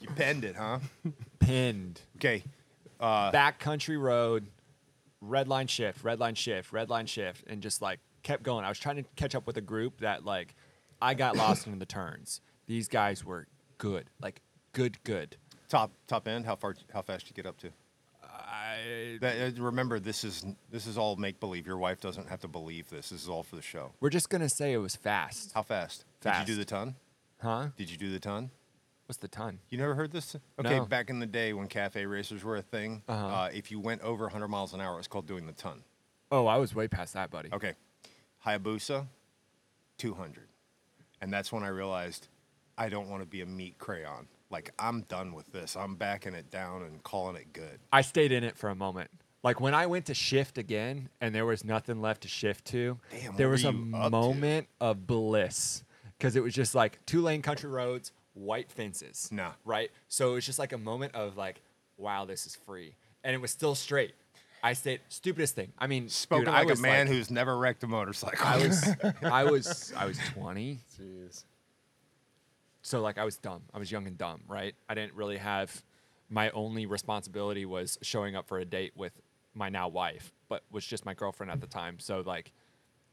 B: You penned it, huh?
A: Pinned.
B: Okay.
A: Uh. Backcountry road. Red line shift. Red line shift. Red line shift. And just like kept going. I was trying to catch up with a group that like I got lost in the turns. These guys were good. Like good. Good.
B: Top top end. How far? How fast you get up to?
A: I,
B: That, uh, remember, this is this is all make believe. Your wife doesn't have to believe this. This is all for the show.
A: we're just gonna say it was fast.
B: How fast? Did you do the
A: Fast.
B: ton?
A: Huh?
B: Did you do the ton?
A: What's the ton?
B: You never heard this? Okay,
A: No. Uh-huh.
B: back in the day when cafe racers were a thing, uh if you went over 100 miles an hour, it was called doing the ton.
A: Oh, I was way past that, buddy.
B: Okay, Hayabusa, 200. And that's when I realized I don't want to be a meat crayon. Like, I'm done with this. I'm backing it down and calling it good.
A: I stayed in it for a moment. Like when I went to shift again and there was nothing left to shift to,
B: Damn,
A: there
B: what
A: was
B: were
A: a
B: you up to?
A: moment of bliss because it was just like two lane country roads, white fences.
B: Nah.
A: Right? So it was just like a moment of like, wow, this is free. And it was still straight. I stayed, stupidest thing. I mean, dude,
B: Spoken
A: I
B: like a
A: was
B: man
A: like-
B: who's never wrecked a motorcycle.
A: I was, I was, I was 20.
C: Jeez.
A: so like I was dumb. I was young and dumb, right? I didn't really have my only responsibility was showing up for a date with my now wife, but was just my girlfriend at the time. So like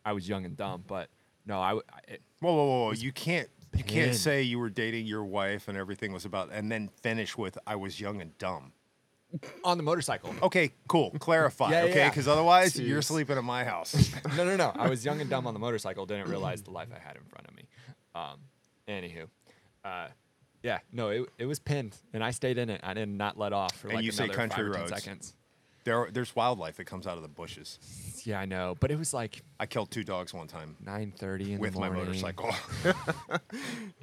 A: I was young and dumb, but no, I, w- I- it,
B: Whoa, whoa, whoa! whoa. You can't, you
A: Pen.
B: can't say you were dating your wife and everything was about, and then finish with "I was young and dumb."
A: on the motorcycle.
B: Okay, cool. Clarify,
A: Yeah, yeah,
B: okay?
A: yeah.
B: Because otherwise, you're
C: Jeez.
B: sleeping at my house.
A: No, no, no. I was young and dumb on the motorcycle. Didn't realize the life I had in front of me. Um, anywho, uh, yeah, no, it, it was pinned, and I stayed in it. I did not let off for
B: And
A: like
B: you say
A: another
B: country
A: five or 10
B: roads.
A: seconds.
B: there, there's wildlife that comes out of the bushes.
A: Yeah, I know, but it was like
B: I killed two dogs one time
A: nine thirty in
B: with
A: the
B: my
A: morning.
B: motorcycle.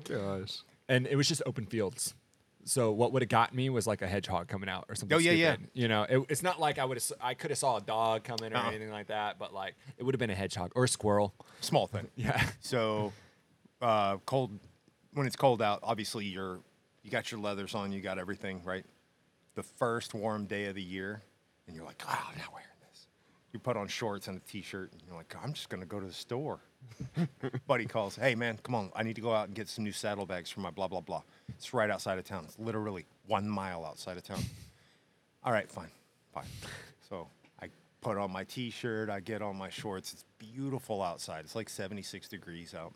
C: Gosh.
A: and it was just open fields. So what would have got me was like a hedgehog coming out or something.
B: Oh, yeah, yeah.
A: stupid. You know, it, it's not like I would have. I could have saw a dog coming or
B: Uh-uh.
A: anything like that, but like it would have been a hedgehog or a squirrel.
B: Small thing.
A: Yeah,
B: So, uh, cold when it's cold out, obviously you're you got your leathers on, you got everything right. The first warm day of the year, and you're like, oh, I'm not wearing this. You put on shorts and a t-shirt, and you're like, I'm just gonna go to the store. Buddy calls, hey man, come on, I need to go out and get some new saddlebags for my blah blah blah. It's right outside of town. It's literally one mile outside of town. All right, fine, fine. So I put on my t-shirt, I get on my shorts. It's beautiful outside. It's like 76 degrees out.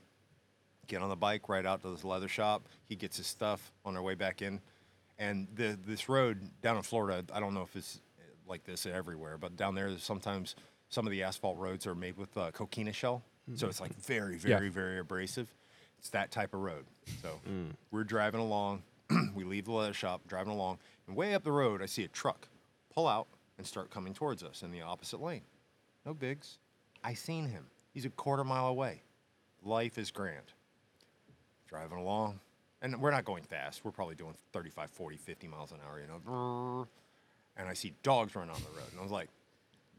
B: Get on the bike right out to this leather shop. He gets his stuff on our way back in, and the this road down in Florida. I don't know if it's eh, like this everywhere, but down there, there's sometimes some of the asphalt roads are made with uh, coquina shell, so it's like very,
A: Yeah.
B: very, very abrasive. It's that type of road. So we're driving along. we leave the leather shop, driving along, and way up the road, I see a truck pull out and start coming towards us in the opposite lane. No bigs. I seen him. He's a quarter mile away. Life is grand. Driving along. And we're not going fast. We're probably doing 35, 40, 50 miles an hour, you know. brrr. And I see dogs running on the road. And I was like,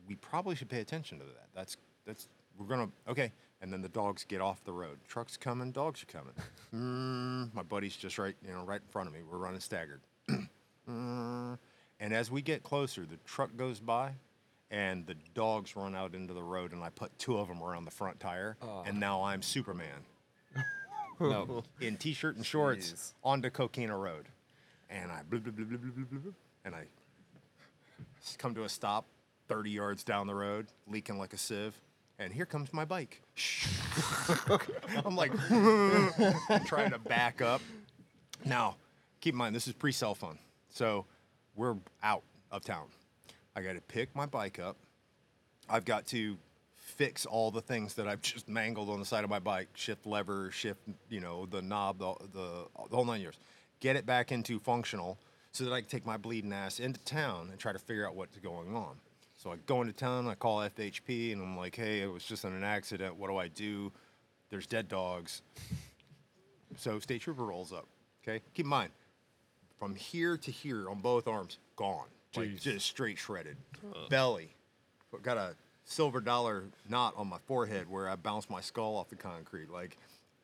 B: we probably should pay attention to that. That's that's we're gonna okay. And then the dogs get off the road. Trucks coming, dogs are coming. Mm, my buddy's just right, you know, right in front of me. We're running staggered. Mm. and as we get closer, the truck goes by, and the dogs run out into the road, and I put two of them around the front tire, and now I'm Superman
A: no,
B: in t-shirt and shorts
C: Jeez.
B: onto Coquina Road, and I blub, blub, blub, blub, blub, blub, blub, blub, and I s- come to a stop, thirty yards down the road, leaking like a sieve, and here comes my bike. I'm like trying to back up. Now, keep in mind this is pre-cell phone, so we're out of town. I got to pick my bike up. I've got to fix all the things that I've just mangled on the side of my bike. Shift lever, shift, you know, the knob, the the, the whole nine yards. Get it back into functional so that I can take my bleeding ass into town and try to figure out what's going on. So I go into town, I call FHP, and I'm like, hey, it was just in an accident. What do I do? There's dead dogs. So state trooper rolls up. Okay, keep in mind, from here to here on both arms, gone, like just straight shredded, belly. But Got a silver dollar knot on my forehead where I bounced my skull off the concrete. Like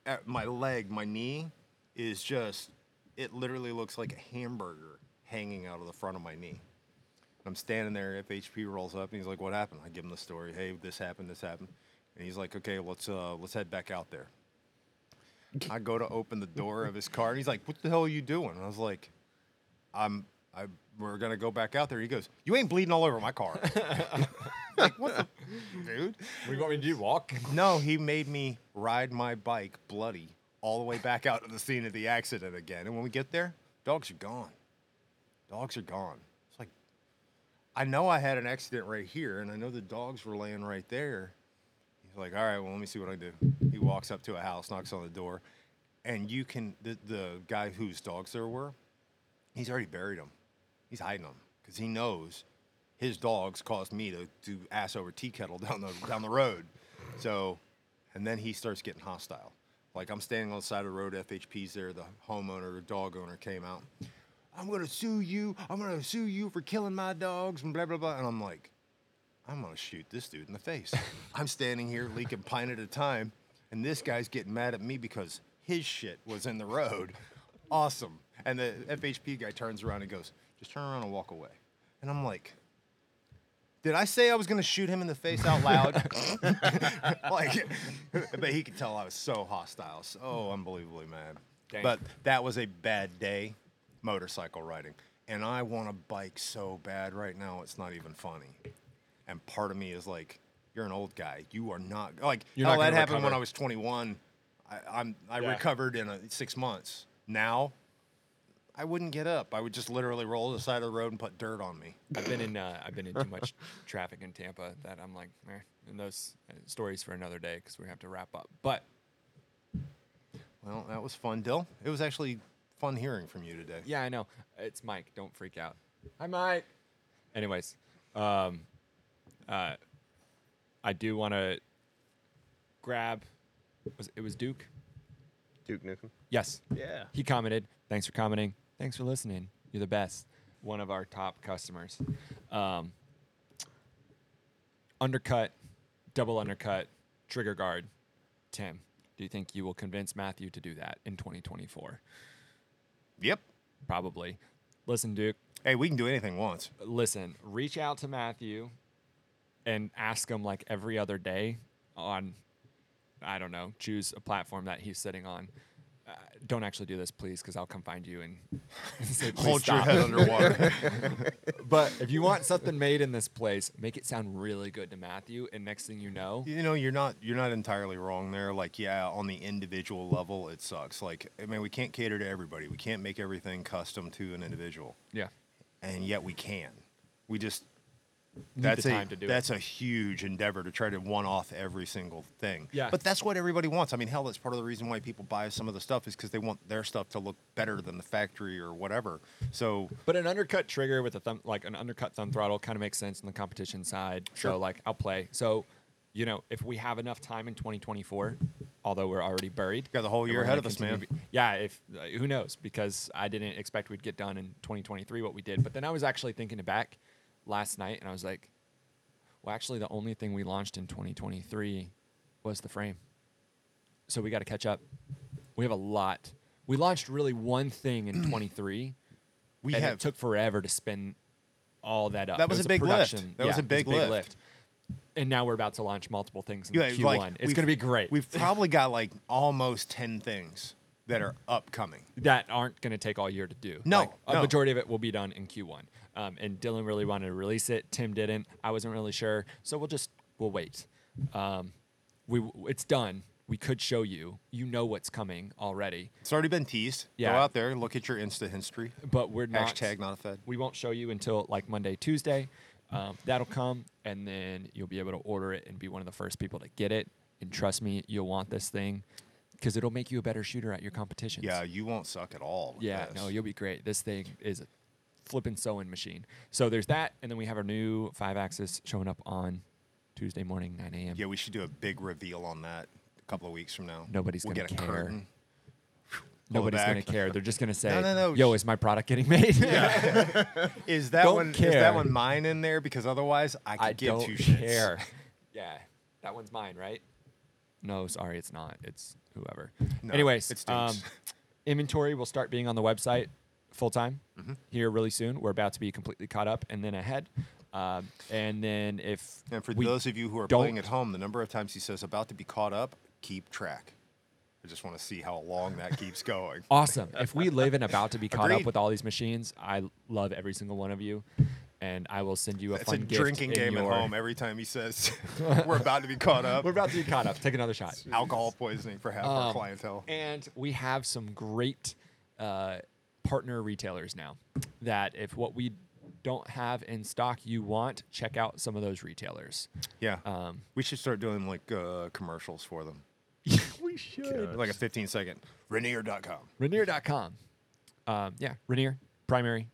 B: at my leg, my knee is just. It literally looks like a hamburger hanging out of the front of my knee. I'm standing there. FHP rolls up and he's like, "What happened?" I give him the story. Hey, this happened. This happened. And he's like, "Okay, let's uh, let's head back out there." I go to open the door of his car, and he's like, "What the hell are you doing?" And I was like, "I'm, I, we're gonna go back out there." He goes, "You ain't bleeding all over my car." like, what the,
A: what
B: dude?
A: do you want me to do? Walk?
B: No, he made me ride my bike bloody all the way back out to the scene of the accident again. And when we get there, dogs are gone. Dogs are gone. It's like, I know I had an accident right here, and I know the dogs were laying right there. He's like, all right, well, let me see what I can do. He walks up to a house, knocks on the door, and you can, the, the guy whose dogs there were, he's already buried them. He's hiding them because he knows his dogs caused me to do ass over tea kettle down the down the road. So, and then he starts getting hostile. Like I'm standing on the side of the road, FHP's there. The homeowner, the dog owner, came out. I'm gonna sue you. I'm gonna sue you for killing my dogs and blah blah blah. And I'm like, I'm gonna shoot this dude in the face. I'm standing here leaking pint at a time, and this guy's getting mad at me because his shit was in the road. Awesome. And the FHP guy turns around and goes, just turn around and walk away. And I'm like, did I say I was gonna shoot him in the face out loud? like, but he could tell I was so hostile, so unbelievably mad.
A: Dang.
B: But that was a bad day, motorcycle riding, and I want a bike so bad right now. It's not even funny. And part of me is like, you're an old guy. You are not like.
A: You're
B: hell,
A: not
B: that
A: gonna
B: happened when
A: recover.
B: I was 21. I, I'm I
A: Yeah.
B: recovered in a, six months. Now, I wouldn't get up. I would just literally roll to the side of the road and put dirt on me.
A: I've been in uh, I've been in too much traffic in Tampa that I'm like, eh. and those uh, stories for another day because we have to wrap up. But
B: Well, that was fun, Dill. It was actually fun hearing from you today.
A: yeah, I know it's Mike. Don't freak out. Hi, Mike. Anyways, um, uh, I do want to grab. Was it was Duke?
C: Duke Nukem.
A: Yes.
C: Yeah.
A: He commented, thanks for commenting. Thanks for listening. You're the best. One of our top customers. Um, undercut, double undercut, trigger guard. Tim, do you think you will convince Matthew to do that in 2024?
B: Yep.
A: Probably. Listen, Duke,
B: Hey, we can do anything once.
A: listen, reach out to Matthew and ask him like every other day on, I don't know, choose a platform that he's sitting on. Uh, don't actually do this, please, because I'll come find you and, and say, please
B: Hold
A: stop.
B: your head underwater.
A: But if you want something made in this place, make it sound really good to Matthew. And next thing you know,
B: you know, you're not you're not entirely wrong there. Like, yeah, on the individual level, it sucks. Like, I mean, we can't cater to everybody. We can't make everything custom to an individual,
A: yeah,
B: and yet we can. We just
A: Need
B: that's
A: the
B: a
A: time to do it.
B: that's a huge endeavor to try to one off every single thing.
A: Yeah.
B: But that's what everybody wants. I mean, hell, that's part of the reason why people buy some of the stuff is because they want their stuff to look better than the factory or whatever. So
A: But an undercut trigger with a thumb, like an undercut thumb throttle, kind of makes sense on the competition side. So
B: Sure.
A: like I'll play. So, you know, if we have enough time in 2024, although we're already buried,
B: Got the whole
A: and
B: year
A: we're
B: ahead
A: gonna
B: of us, man.
A: continue to be- yeah. If uh, who knows? Because I didn't expect we'd get done in 2023 what we did. But then I was actually thinking back last night, and I was like, well, actually, the only thing we launched in 2023 was the frame. So we got to catch up. We have a lot. We launched really one thing in 23
B: we
A: and
B: have
A: it took forever to spin all that up.
B: That
A: It
B: was a big lift.
A: production-
B: That was a
A: it
B: big lift.
A: And now we're about to launch multiple things in
B: Yeah,
A: Q1.
B: like,
A: it's
B: we've-
A: going to be great.
B: We've probably got like almost ten things that are upcoming.
A: that aren't going to take all year to do.
B: No,
A: Like, a
B: no.
A: majority of it will be done in Q1. Um, and Dylan really wanted to release it. Tim didn't. I wasn't really sure, so we'll just we'll wait. Um, we it's done. We could show you. You know what's coming already,
B: It's already been teased. Go
A: Yeah.
B: out there, look at your Insta history.
A: but we're not
B: Hashtag not a fed.
A: We won't show you until like Monday, Tuesday. Um, that'll come, and then you'll be able to order it and be one of the first people to get it. And trust me, you'll want this thing because it'll make you a better shooter at your competitions.
B: Yeah, you won't suck at all. with
A: Yeah,
B: this.
A: no, you'll be great. This thing is a flippin' sewing machine. So there's that, and then we have our new five axis showing up on Tuesday morning, 9 a.m.
B: yeah, we should do a big reveal on that a couple of weeks from now.
A: Nobody's
B: we'll
A: gonna
B: get a
A: care.
B: curtain. Pull it
A: Nobody's gonna
B: back.
A: care. They're just gonna say,
B: no, no,
A: "Yo,
B: sh-
A: is my product getting made?"
B: Is that
A: Don't
B: one? Is
A: care.
B: that one mine in there? Because otherwise, I could
A: I
B: give
A: don't
B: two shits.
A: care. yeah, that one's mine, right? No, sorry, it's not. It's whoever.
B: No,
A: Anyways,
B: it's
A: um,
B: Duke's.
A: inventory will start being on the website full time
B: Mm-hmm.
A: here really soon. We're about to be completely caught up and then ahead. Um, and then if
B: And for
A: we-
B: those of you who are
A: don't-
B: playing at home, the number of times he says "about to be caught up," keep track. I just want to see how long that keeps going.
A: awesome. If we live and about to be caught up
B: Agreed.
A: with all these machines, I love every single one of you, and I will send you a
B: It's a
A: fun gift
B: drinking
A: in
B: game at
A: your-
B: home. Every time he says we're about to be caught up,
A: We're about to be caught up. Take another shot.
B: alcohol poisoning for half our
A: Um,
B: clientele.
A: And we have some great uh, partner retailers now that if what we don't have in stock you want, check out some of those retailers.
B: Yeah,
A: Um,
B: we should start doing like uh, commercials for them,
A: we should.
B: like a 15 second. Rainier.com.
A: Rainier.com. Um, yeah, Rainier, Primary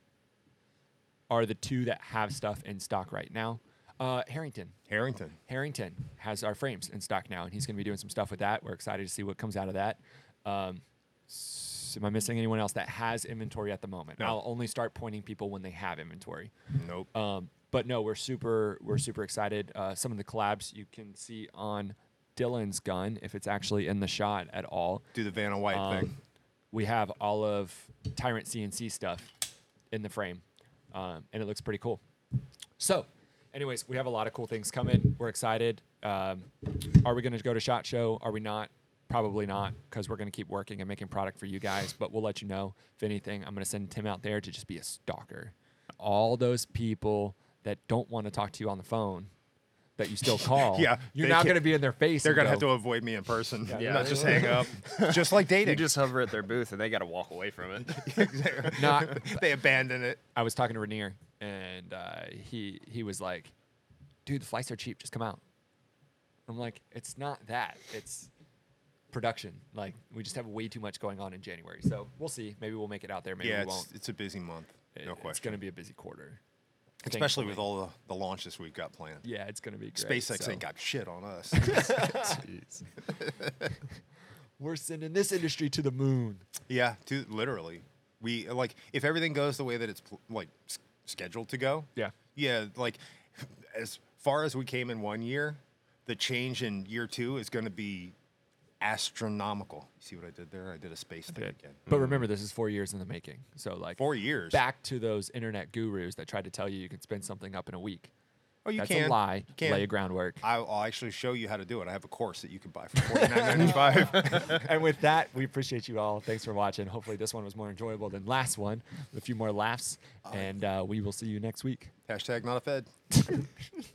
A: are the two that have stuff in stock right now. Uh, Harrington.
B: Harrington.
A: Harrington has our frames in stock now, and he's going to be doing some stuff with that. We're excited to see what comes out of that. Um, s- am I missing anyone else that has inventory at the moment?
B: No.
A: I'll only start pointing people when they have inventory.
B: Nope.
A: Um, but no, we're super we're super excited. Uh, some of the collabs you can see on Dylan's gun, if it's actually in the shot at all.
B: Do the Vanna White
A: Um,
B: thing.
A: We have all of Tyrant CNC stuff in the frame, um, and it looks pretty cool. So, anyways, we have a lot of cool things coming. We're excited. Um, are we going to go to Shot Show? Are we not? Probably not, because we're going to keep working and making product for you guys. But we'll let you know if anything. I'm going to send Tim out there to just be a stalker. All those people that don't want to talk to you on the phone that you still call,
B: Yeah,
A: you're
B: they
A: now
B: can't-
A: going to be in their face.
B: They're
A: and
B: gonna have
A: go,
B: to avoid me in person.
C: Yeah.
B: Not just hang up. just like
C: You
B: dating.
C: just hover at their booth and they got to walk away from it.
A: No, I-
B: they abandon it.
A: I was talking to Rainier, and uh, he he was like, "Dude, the flights are cheap. Just come out." I'm like, "It's not that. It's production. Like, we just have way too much going on in January. So we'll see. Maybe we'll make it out there. Maybe
B: yeah,
A: we won't.
B: it's, it's a busy month.
A: It-
B: No
A: It's
B: question.
A: going to be a busy quarter,
B: Especially with
A: thankfully.
B: all the, the launches we've got planned.
A: Yeah, it's going to be great.
B: SpaceX
A: so.
B: ain't got shit on us.
A: We're sending this industry to the moon.
B: yeah, to, literally. We like if everything goes the way that it's pl- like s- scheduled to go.
A: Yeah.
B: Yeah, like as far as we came in one year, the change in year two is going to be astronomical. You see what I did there? I did a space thing again.
A: But remember, this is four years in the making. So like
B: Four years.
A: back to those internet gurus that tried to tell you you can spin something up in a week.
B: Oh, you
A: That's
B: can
A: a lie.
B: You can.
A: Lay a groundwork.
B: I'll, I'll actually show you how to do it. I have a course that you can buy for forty nine ninety five.
A: and with that, we appreciate you all. Thanks for watching. Hopefully, this one was more enjoyable than last one. with A few more laughs, and uh, we will see you next week.
B: Hashtag not a fed.